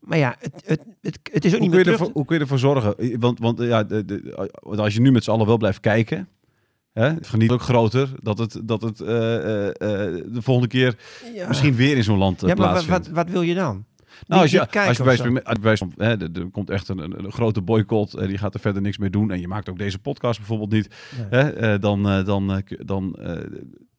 [SPEAKER 4] Maar ja, het, het, het, het is ook niet
[SPEAKER 2] Hoe kun,
[SPEAKER 4] meer
[SPEAKER 2] je
[SPEAKER 4] terug.
[SPEAKER 2] ervoor, hoe kun je ervoor zorgen? Eh, Want, want eh, ja, de- de- want als je nu met z'n allen wel blijft kijken, hè, het geniet ook groter dat het, dat het eh, eh, eh, de volgende keer
[SPEAKER 4] Ja.
[SPEAKER 2] misschien weer in zo'n land eh,
[SPEAKER 4] Ja, maar wat,
[SPEAKER 2] plaatsvindt.
[SPEAKER 4] wat, wat wil je dan?
[SPEAKER 2] nou, als je,
[SPEAKER 4] niet kijken
[SPEAKER 2] als je bij
[SPEAKER 4] of zo.
[SPEAKER 2] wijze van- als je bij wijze van- hè, er- er komt echt een, een, een grote boycott, eh, die gaat er verder niks mee doen en je maakt ook deze podcast bijvoorbeeld niet,
[SPEAKER 4] Nee.
[SPEAKER 2] hè, eh, dan, eh, dan, eh, kun- dan, eh,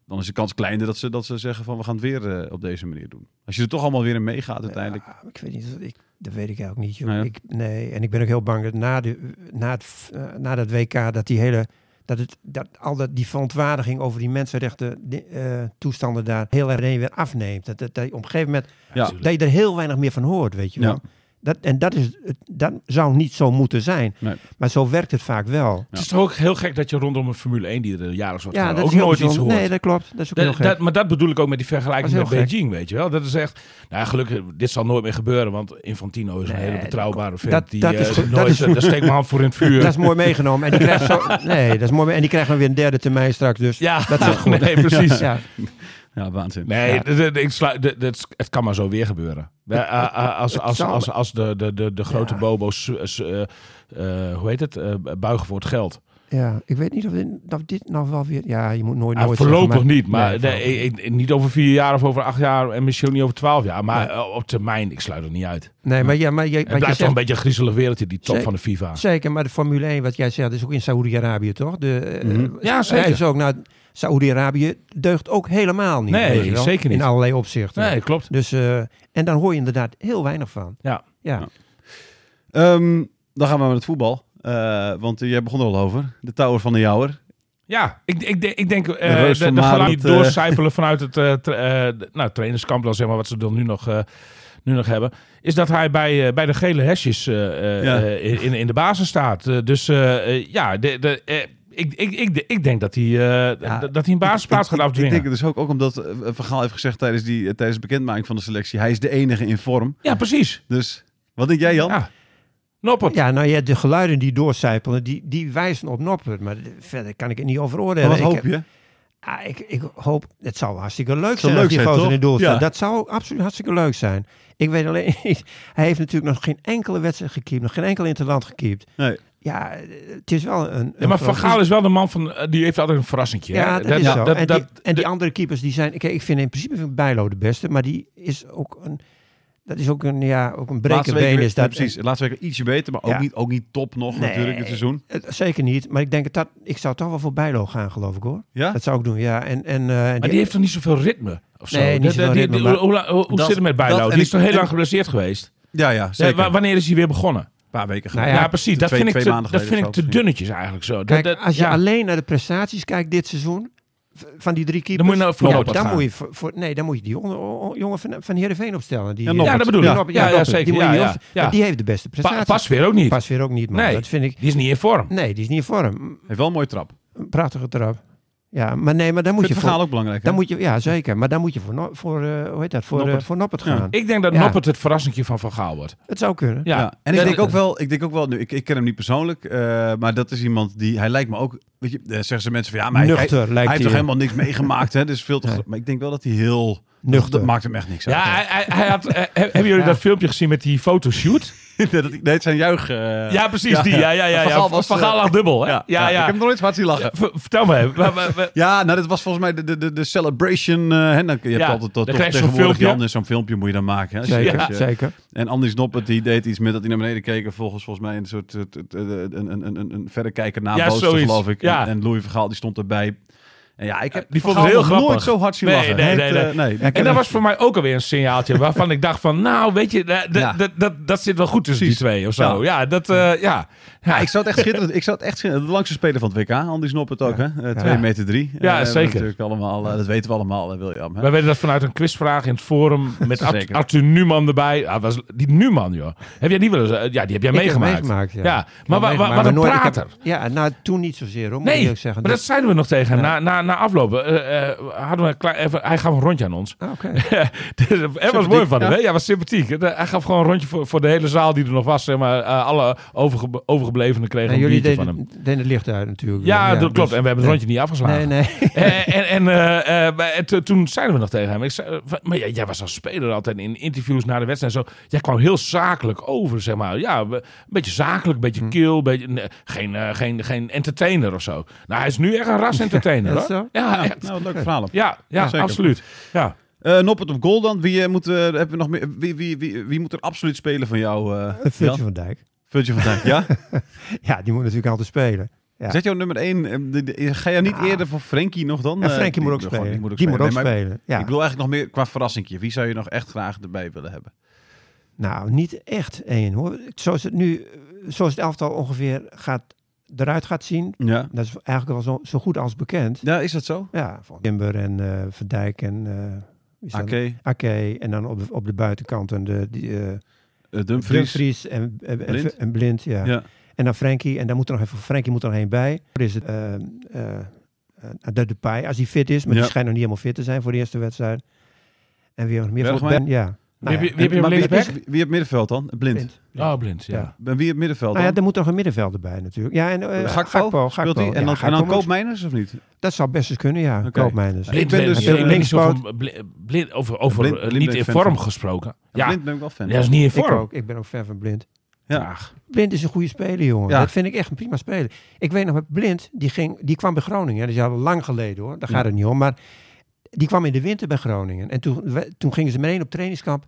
[SPEAKER 2] dan is de kans kleiner dat ze, dat ze zeggen van we gaan het weer eh, op deze manier doen. Als je er toch allemaal weer in meegaat uiteindelijk.
[SPEAKER 4] Ja, Ah, ik weet niet, ik, dat weet ik eigenlijk niet. Joh.
[SPEAKER 2] Nee.
[SPEAKER 4] Ik, nee, en ik ben ook heel bang dat na, de, na, het, v- eh, na dat WK dat die hele dat het dat al dat die verontwaardiging over die mensenrechten die, eh, toestanden daar heel erg weer afneemt. Dat, dat, dat je op een gegeven moment
[SPEAKER 2] Ja.
[SPEAKER 4] dat je er heel weinig meer van hoort, weet je wel.
[SPEAKER 2] Ja.
[SPEAKER 4] Dat, en dat, is, het- dat zou niet zo moeten zijn.
[SPEAKER 2] Nee.
[SPEAKER 4] Maar zo werkt het vaak wel.
[SPEAKER 3] Het is toch ook heel gek dat je rondom een Formule 1 die er jaarlijks wordt gehouden,
[SPEAKER 4] dat is
[SPEAKER 3] ook
[SPEAKER 4] heel
[SPEAKER 3] nooit iets
[SPEAKER 4] bijzonder.
[SPEAKER 3] hoort.
[SPEAKER 4] Nee, dat klopt. Dat is ook heel
[SPEAKER 3] Dat,
[SPEAKER 4] gek.
[SPEAKER 3] dat- maar dat bedoel ik ook met die vergelijking
[SPEAKER 4] Dat
[SPEAKER 3] met
[SPEAKER 4] is heel gek.
[SPEAKER 3] Beijing, weet je wel. Dat is echt, nou ja, gelukkig, dit zal nooit meer gebeuren, want Infantino is een
[SPEAKER 4] Nee,
[SPEAKER 3] hele
[SPEAKER 4] dat-
[SPEAKER 3] betrouwbare vent.
[SPEAKER 4] dat-
[SPEAKER 3] die,
[SPEAKER 4] dat
[SPEAKER 3] eh,
[SPEAKER 4] is goed,
[SPEAKER 3] nooit,
[SPEAKER 4] dat is-
[SPEAKER 3] eh, daar steek ik mijn hand voor in het vuur.
[SPEAKER 4] Dat is mooi meegenomen. En die krijgt zo, nee, dat is mooi. me- En die krijgt dan weer een derde termijn straks. Dus
[SPEAKER 3] ja, nou,
[SPEAKER 4] dat is ook goed.
[SPEAKER 3] nee, precies.
[SPEAKER 4] Ja.
[SPEAKER 2] Ja, waanzin.
[SPEAKER 3] Nee,
[SPEAKER 4] Ja.
[SPEAKER 3] d- d- d- ik sluit, d- d- het kan maar zo weer gebeuren. Eh, eh, eh, Als,
[SPEAKER 4] het
[SPEAKER 3] als,
[SPEAKER 4] zal-
[SPEAKER 3] als, als de, de, de, de grote
[SPEAKER 4] Ja.
[SPEAKER 3] bobo's, eh, s- eh, eh, hoe heet het, Eh, buigen voor het geld.
[SPEAKER 4] Ja, ik weet niet of dit, of dit nou wel weer... Ja, je moet nooit
[SPEAKER 3] Ah,
[SPEAKER 4] nooit
[SPEAKER 3] voorlopig
[SPEAKER 4] zeggen,
[SPEAKER 3] niet, maar
[SPEAKER 4] Nee,
[SPEAKER 3] de-
[SPEAKER 4] voorlopig
[SPEAKER 3] ik- ik- niet over vier jaar of over acht jaar en misschien ook niet over twaalf jaar. Maar
[SPEAKER 4] Nee.
[SPEAKER 3] eh, op termijn, ik sluit het niet uit.
[SPEAKER 4] Nee, maar, ja, maar, je,
[SPEAKER 3] Het
[SPEAKER 4] wat je
[SPEAKER 3] blijft toch een
[SPEAKER 4] zegt,
[SPEAKER 3] beetje een griezelig wereldje, die top
[SPEAKER 4] Zeker.
[SPEAKER 3] van de FIFA.
[SPEAKER 4] zeker, maar de Formule 1, wat jij zegt, is ook in Saoedi-Arabië, toch? De, eh,
[SPEAKER 2] Mhm.
[SPEAKER 3] Ja, zeker.
[SPEAKER 4] hij Is ook, nou, Saoedi-Arabië deugt ook helemaal niet.
[SPEAKER 3] Nee,
[SPEAKER 4] weet je wel,
[SPEAKER 3] zeker niet.
[SPEAKER 4] In allerlei opzichten.
[SPEAKER 3] Nee, klopt.
[SPEAKER 4] Dus, eh, en dan hoor je inderdaad heel weinig van.
[SPEAKER 3] Ja.
[SPEAKER 4] Ja,
[SPEAKER 2] Ja. Ehm, dan gaan we met het voetbal. Eh, want eh, jij begon er al over. De Tower van de Jouwer.
[SPEAKER 3] Ja, ik, ik, denk- ik denk eh,
[SPEAKER 2] reus
[SPEAKER 3] de,
[SPEAKER 2] van
[SPEAKER 3] de geluiden
[SPEAKER 2] Marend,
[SPEAKER 3] die
[SPEAKER 2] eh.
[SPEAKER 3] doorcijpelen vanuit het eh, tra- eh, de- nou, trainerskamp, dan zeg maar, wat ze dan nu nog eh, nu nog hebben, is dat hij bij, eh, bij de gele hesjes eh, eh,
[SPEAKER 2] Ja.
[SPEAKER 3] eh, in, in de basis staat. Eh, dus eh, eh, ja, de, de, eh, ik, ik, ik, ik denk dat hij, eh,
[SPEAKER 2] Ja,
[SPEAKER 3] dat dat hij een basisplaats gaat
[SPEAKER 2] Ik, ik
[SPEAKER 3] afdwingen.
[SPEAKER 2] denk het dus ook, ook omdat eh, Van Gaal heeft gezegd tijdens, die, eh, tijdens de bekendmaking van de selectie, hij is de enige in vorm.
[SPEAKER 3] ja, precies.
[SPEAKER 2] Dus wat denk jij Jan?
[SPEAKER 3] Ja. Noppert.
[SPEAKER 4] Ja, nou ja, de geluiden die doorcijpelen, die, die wijzen op Noppert. Maar verder kan ik het niet over
[SPEAKER 2] Maar
[SPEAKER 4] oordelen.
[SPEAKER 2] wat
[SPEAKER 4] Ik
[SPEAKER 2] hoop
[SPEAKER 4] heb-
[SPEAKER 2] je?
[SPEAKER 4] Ah, ik, ik hoop, het zou hartstikke leuk
[SPEAKER 2] Zou
[SPEAKER 4] zijn
[SPEAKER 2] leuk
[SPEAKER 4] als die
[SPEAKER 2] zijn,
[SPEAKER 4] gozer
[SPEAKER 2] toch?
[SPEAKER 4] in het doel staat.
[SPEAKER 2] Ja.
[SPEAKER 4] Dat zou absoluut hartstikke leuk zijn. Ik weet alleen niet, hij heeft natuurlijk nog geen enkele wedstrijd gekiept, nog geen enkel interland gekiept.
[SPEAKER 2] Nee.
[SPEAKER 4] Ja, eh, het is wel een...
[SPEAKER 3] Ja, maar Van Gaal is wel de man van, eh, die heeft altijd een verrassingje. hè?
[SPEAKER 4] Ja, dat, is zo. en,
[SPEAKER 3] dat-
[SPEAKER 4] die, en die andere keepers, die zijn... Kijk, ik vind in principe vind ik Bijlo de beste, maar die is ook een... Dat is ook een, ja, ook een
[SPEAKER 2] Laatste week,
[SPEAKER 4] brekenbeen.
[SPEAKER 2] weer-
[SPEAKER 4] Is dat,
[SPEAKER 2] ja, precies. Laatste week ietsje beter, maar ook,
[SPEAKER 4] Ja.
[SPEAKER 2] niet, ook niet top nog
[SPEAKER 4] Nee.
[SPEAKER 2] natuurlijk dit seizoen.
[SPEAKER 4] Het- Eh, zeker niet, maar ik denk dat, dat... Ik zou toch wel voor Bijlo gaan, geloof ik hoor.
[SPEAKER 2] Ja?
[SPEAKER 4] Dat zou ik doen, ja. En, en, eh,
[SPEAKER 3] Maar die heeft toch niet zoveel ritme? Of zo?
[SPEAKER 4] Nee, niet
[SPEAKER 3] Dat-
[SPEAKER 4] zoveel
[SPEAKER 3] die-
[SPEAKER 4] ritme,
[SPEAKER 3] die-
[SPEAKER 4] maar-
[SPEAKER 3] hoe la- hoe- hoe
[SPEAKER 2] dat-
[SPEAKER 3] zit het met
[SPEAKER 2] dat-
[SPEAKER 3] Bijlo?
[SPEAKER 2] en
[SPEAKER 3] Die is
[SPEAKER 2] ik-
[SPEAKER 3] toch heel
[SPEAKER 2] en-
[SPEAKER 3] lang geblesseerd geweest?
[SPEAKER 2] Ja, ja,
[SPEAKER 3] Ja,
[SPEAKER 2] zeker.
[SPEAKER 3] wa- wanneer is hij weer begonnen?
[SPEAKER 2] een paar weken
[SPEAKER 4] Nou
[SPEAKER 2] geleden.
[SPEAKER 3] Ja,
[SPEAKER 4] ja,
[SPEAKER 3] precies. Dat
[SPEAKER 2] twee-
[SPEAKER 3] vind ik
[SPEAKER 2] twee
[SPEAKER 3] te,
[SPEAKER 2] maanden
[SPEAKER 3] dat
[SPEAKER 2] geleden
[SPEAKER 3] vind ik
[SPEAKER 2] of zo
[SPEAKER 3] te dunnetjes eigenlijk zo. Dat-
[SPEAKER 4] Kijk,
[SPEAKER 3] dat-
[SPEAKER 4] als je
[SPEAKER 3] ja.
[SPEAKER 4] alleen naar de prestaties kijkt dit seizoen, v- van die drie keepers...
[SPEAKER 3] Dan moet je nou voor
[SPEAKER 4] ja,
[SPEAKER 3] Noppert
[SPEAKER 4] dan
[SPEAKER 3] gaan.
[SPEAKER 4] moet je voor, voor- Nee, dan moet je die jongen, o- o- jongen van, van Heerenveen opstellen. Die,
[SPEAKER 2] Ja, Noppert.
[SPEAKER 3] Ja, dat bedoel ik.
[SPEAKER 2] Ja,
[SPEAKER 3] Ja,
[SPEAKER 4] Noppert,
[SPEAKER 3] ja,
[SPEAKER 4] Noppert.
[SPEAKER 3] zeker.
[SPEAKER 4] Die, moet
[SPEAKER 3] Ja,
[SPEAKER 4] je
[SPEAKER 3] ja,
[SPEAKER 4] opstellen.
[SPEAKER 3] ja.
[SPEAKER 4] Maar die heeft de beste
[SPEAKER 3] Pa-
[SPEAKER 4] prestaties.
[SPEAKER 3] pas weer ook niet.
[SPEAKER 4] Pas weer ook niet, man.
[SPEAKER 3] Nee.
[SPEAKER 4] Dat vind ik...
[SPEAKER 3] Die is niet in vorm.
[SPEAKER 4] Nee, die is niet in vorm.
[SPEAKER 2] Heeft wel een mooie trap.
[SPEAKER 4] Een prachtige trap. Ja, maar nee, maar dan moet je
[SPEAKER 2] Vind het verhaal
[SPEAKER 4] voor...
[SPEAKER 2] ook belangrijk. hè?
[SPEAKER 4] Dan moet je, ja, zeker. Maar dan moet je voor, No- voor eh, hoe heet dat, voor Noppert,
[SPEAKER 2] Noppert.
[SPEAKER 4] voor Noppert
[SPEAKER 2] Ja.
[SPEAKER 4] gaan.
[SPEAKER 3] Ik denk dat
[SPEAKER 4] Ja.
[SPEAKER 3] Noppert het verrassingje van Van Gaal wordt.
[SPEAKER 4] Het zou kunnen.
[SPEAKER 3] Ja.
[SPEAKER 2] Ja, en ik
[SPEAKER 3] Dat-
[SPEAKER 2] denk ook wel, ik denk ook wel, nu, ik, ik ken hem niet persoonlijk, eh, maar dat is iemand die, hij lijkt me ook, weet je, eh, zeggen ze mensen van ja, maar hij, hij,
[SPEAKER 4] Nuchter lijkt
[SPEAKER 2] heeft
[SPEAKER 4] hij.
[SPEAKER 2] toch helemaal niks meegemaakt, hè? Dus veel te,
[SPEAKER 4] Nee.
[SPEAKER 2] Maar ik denk wel dat hij heel,
[SPEAKER 4] Nuchter.
[SPEAKER 2] dat maakt hem echt niks uit.
[SPEAKER 3] Ja, hij, hij, hij had, eh, he- hebben jullie
[SPEAKER 4] Ja.
[SPEAKER 3] dat filmpje gezien met die fotoshoot?
[SPEAKER 2] dat, ik- nee, het zijn juich. eh,
[SPEAKER 3] Ja, precies. die. Ja, ja, ja,
[SPEAKER 2] Van
[SPEAKER 3] ja.
[SPEAKER 2] Gaal was,
[SPEAKER 3] Van
[SPEAKER 2] eh,
[SPEAKER 3] Gaal lag dubbel. Hè? Ja, ja.
[SPEAKER 2] Ik heb hem nooit hard zien lachen.
[SPEAKER 3] Ver- Vertel me. even. Wa- wa- wa-
[SPEAKER 2] Ja, nou, dat was volgens mij de, de- de, de celebration. eh hè, dan, je hebt altijd
[SPEAKER 3] Ja, dan
[SPEAKER 2] dat toch
[SPEAKER 3] krijg je zo'n
[SPEAKER 2] tegenwoordig
[SPEAKER 3] filmpje.
[SPEAKER 2] Jan, zo'n filmpje moet je dan maken. Hè? Als je-
[SPEAKER 4] Zeker,
[SPEAKER 2] als je-
[SPEAKER 4] zeker.
[SPEAKER 2] En Andy Snoppert die deed iets met dat hij naar beneden keek. En volgens, volgens mij een soort eh, t- t- eh, een, een, een, een verrekijker nabootste,
[SPEAKER 3] zoiets.
[SPEAKER 2] geloof ik.
[SPEAKER 3] Ja.
[SPEAKER 2] En, en Louis Vergaal die stond erbij. En ja, ik heb
[SPEAKER 3] Die
[SPEAKER 2] Van
[SPEAKER 3] vond het
[SPEAKER 2] Gaal
[SPEAKER 3] heel
[SPEAKER 2] nog nooit
[SPEAKER 3] grappig.
[SPEAKER 2] zo hard zien
[SPEAKER 3] Nee,
[SPEAKER 2] lachen.
[SPEAKER 3] nee,
[SPEAKER 2] Hij
[SPEAKER 3] nee,
[SPEAKER 2] heeft, eh, nee.
[SPEAKER 3] En dat was voor mij ook alweer een signaaltje waarvan ik dacht van... Nou, weet je, da- da-
[SPEAKER 2] Ja.
[SPEAKER 3] da- da- dat zit wel goed tussen die twee of zo. Ja, dat... eh, ja. Ja,
[SPEAKER 2] Ja, ik zou het echt schitterend. Ik zou het echt schitterend. De langste speler van het WK, Andy Snoppert ook, hè? Eh, 2
[SPEAKER 3] Ja.
[SPEAKER 2] meter 3.
[SPEAKER 3] Ja, zeker.
[SPEAKER 2] Natuurlijk allemaal, eh, dat weten we allemaal, eh, William. Hè?
[SPEAKER 3] Wij weten dat vanuit een quizvraag in het forum met Ar-
[SPEAKER 2] Zeker.
[SPEAKER 3] Arthur Numan erbij. Ah, was die Numan, joh. Heb jij die wel eens? eh, Ja, die heb jij
[SPEAKER 4] Ik heb
[SPEAKER 3] meegemaakt.
[SPEAKER 4] meegemaakt, ja.
[SPEAKER 3] maar wa- wa- wat een
[SPEAKER 4] nooit- ik heb-
[SPEAKER 3] prater.
[SPEAKER 4] Ja, nou, toen niet zozeer, hoor, moet ik
[SPEAKER 3] Nee,
[SPEAKER 4] eerlijk zeggen.
[SPEAKER 3] maar dat
[SPEAKER 4] Dus-
[SPEAKER 3] zeiden we nog tegen hem. Na, na, na aflopen eh, eh, hadden we een klein, even, hij gaf een rondje aan ons.
[SPEAKER 4] Ah, Oké.
[SPEAKER 3] Dus, eh, Hij was mooi van hem, hè? Ja, was sympathiek. Eh, Hij gaf gewoon een rondje voor, voor de hele zaal die er nog was. Zeg maar, eh, alle overge- overgeblevenen kregen
[SPEAKER 4] En
[SPEAKER 3] een
[SPEAKER 4] jullie
[SPEAKER 3] biertje van hem.
[SPEAKER 4] deden, deden het licht uit natuurlijk.
[SPEAKER 3] Ja, dat klopt.
[SPEAKER 4] dus-
[SPEAKER 3] En we hebben het rondje niet
[SPEAKER 4] Nee,
[SPEAKER 3] afgeslagen.
[SPEAKER 4] nee.
[SPEAKER 3] Eh, en en eh, eh, maar to- toen zeiden we nog tegen hem. Ik zei, eh, van- maar jij, jij was als speler altijd in interviews na de wedstrijd en zo. Jij kwam heel zakelijk over, zeg maar. Ja, we- een beetje zakelijk, een beetje kil. een Beetje, nee, geen, eh, geen, geen entertainer of zo. Nou, hij is nu echt een
[SPEAKER 4] Ja,
[SPEAKER 3] ras-entertainer. hoor.
[SPEAKER 4] is dat
[SPEAKER 3] ja,
[SPEAKER 2] Ja,
[SPEAKER 3] echt.
[SPEAKER 2] nou, leuk verhaal. op.
[SPEAKER 3] ja, ja,
[SPEAKER 2] zeker.
[SPEAKER 3] absoluut. Ja.
[SPEAKER 2] Eh, Noppert op goal dan. Wie, eh, moet, eh, hebben we nog meer, wie, wie, wie, wie moet er absoluut spelen van jou, eh
[SPEAKER 4] Een
[SPEAKER 2] Jan?
[SPEAKER 4] Virgil van Dijk.
[SPEAKER 2] Virgil van Dijk, ja?
[SPEAKER 4] Ja, die moet natuurlijk altijd spelen. Ja.
[SPEAKER 2] Zet jouw nummer 1. Ga je niet eerder voor Frenkie nog dan?
[SPEAKER 4] En
[SPEAKER 2] Eh,
[SPEAKER 4] Frenkie moet ook
[SPEAKER 2] gewoon-
[SPEAKER 4] spelen.
[SPEAKER 2] ook
[SPEAKER 4] Die moet ook
[SPEAKER 2] Nee, maar ik-
[SPEAKER 4] spelen. Ja.
[SPEAKER 2] Ik wil eigenlijk nog meer qua verrassingje. Wie zou je nog echt graag erbij willen hebben?
[SPEAKER 4] Nou, niet echt één hoor. Zoals het nu, eh, zoals het elftal ongeveer gaat, eruit gaat zien,
[SPEAKER 2] Ja.
[SPEAKER 4] dat is eigenlijk wel zo, zo goed als bekend.
[SPEAKER 2] Ja, is dat zo?
[SPEAKER 4] Ja, van Timber en eh, Van Dijk en eh, wie is dat?
[SPEAKER 2] Oké. eh
[SPEAKER 4] Ake. En dan op, op de buitenkant en de, die, eh,
[SPEAKER 2] Dumfries.
[SPEAKER 4] Dumfries en, en,
[SPEAKER 2] Blind.
[SPEAKER 4] en, en Blind. Ja.
[SPEAKER 2] Ja.
[SPEAKER 4] En dan Frenkie. En dan moet er nog even, Frenkie moet er nog één bij. Er is het, eh eh eh, de Depay, als hij fit is. Maar
[SPEAKER 2] Ja.
[SPEAKER 4] die schijnt nog niet helemaal fit te zijn voor de eerste wedstrijd. En wie hebben we nog meer?
[SPEAKER 2] Bergwijn.
[SPEAKER 4] Ben, ja. Nou
[SPEAKER 3] Wie-
[SPEAKER 4] ja.
[SPEAKER 3] wie- wie-
[SPEAKER 2] Maar wie,
[SPEAKER 3] linksback?
[SPEAKER 2] wie, wie op middenveld dan? Blind.
[SPEAKER 4] Blind.
[SPEAKER 3] Oh, blind, ja.
[SPEAKER 4] Ja.
[SPEAKER 2] En wie op middenveld
[SPEAKER 4] Nou
[SPEAKER 2] dan?
[SPEAKER 4] ja, er moet nog een middenvelder bij natuurlijk. Ja, en eh
[SPEAKER 2] Gakpo?
[SPEAKER 4] Gakpo,
[SPEAKER 2] Speelt
[SPEAKER 4] Gakpo.
[SPEAKER 2] hij? En
[SPEAKER 4] Ja,
[SPEAKER 2] dan, en
[SPEAKER 4] Gakpo
[SPEAKER 2] dan
[SPEAKER 4] moet-
[SPEAKER 2] Koopmeiners of niet?
[SPEAKER 4] Dat zou best eens kunnen, ja.
[SPEAKER 2] Oké.
[SPEAKER 4] Koopmijners.
[SPEAKER 2] Ik ben dus-
[SPEAKER 3] ik ben niet zo
[SPEAKER 4] Linksboot.
[SPEAKER 3] van bli- blind, over, over
[SPEAKER 2] Blind-
[SPEAKER 3] eh,
[SPEAKER 2] blind
[SPEAKER 3] niet
[SPEAKER 2] ben
[SPEAKER 3] in
[SPEAKER 2] ik fan
[SPEAKER 3] vorm
[SPEAKER 2] van.
[SPEAKER 3] gesproken. Ja,
[SPEAKER 2] Blind ben ik wel fan.
[SPEAKER 3] dat is niet in
[SPEAKER 4] Ik
[SPEAKER 3] vorm.
[SPEAKER 4] ook. Ik ben ook fan van Blind.
[SPEAKER 2] Ja.
[SPEAKER 3] Graag.
[SPEAKER 4] Blind is een goede speler, jongen.
[SPEAKER 2] Ja.
[SPEAKER 4] Dat vind ik echt een prima speler. Ik weet nog, met Blind, die, ging, die kwam bij Groningen. Dat is al lang geleden hoor, daar gaat het niet om. Maar die kwam in de winter bij Groningen. En toen, we- toen gingen ze meteen op trainingskamp.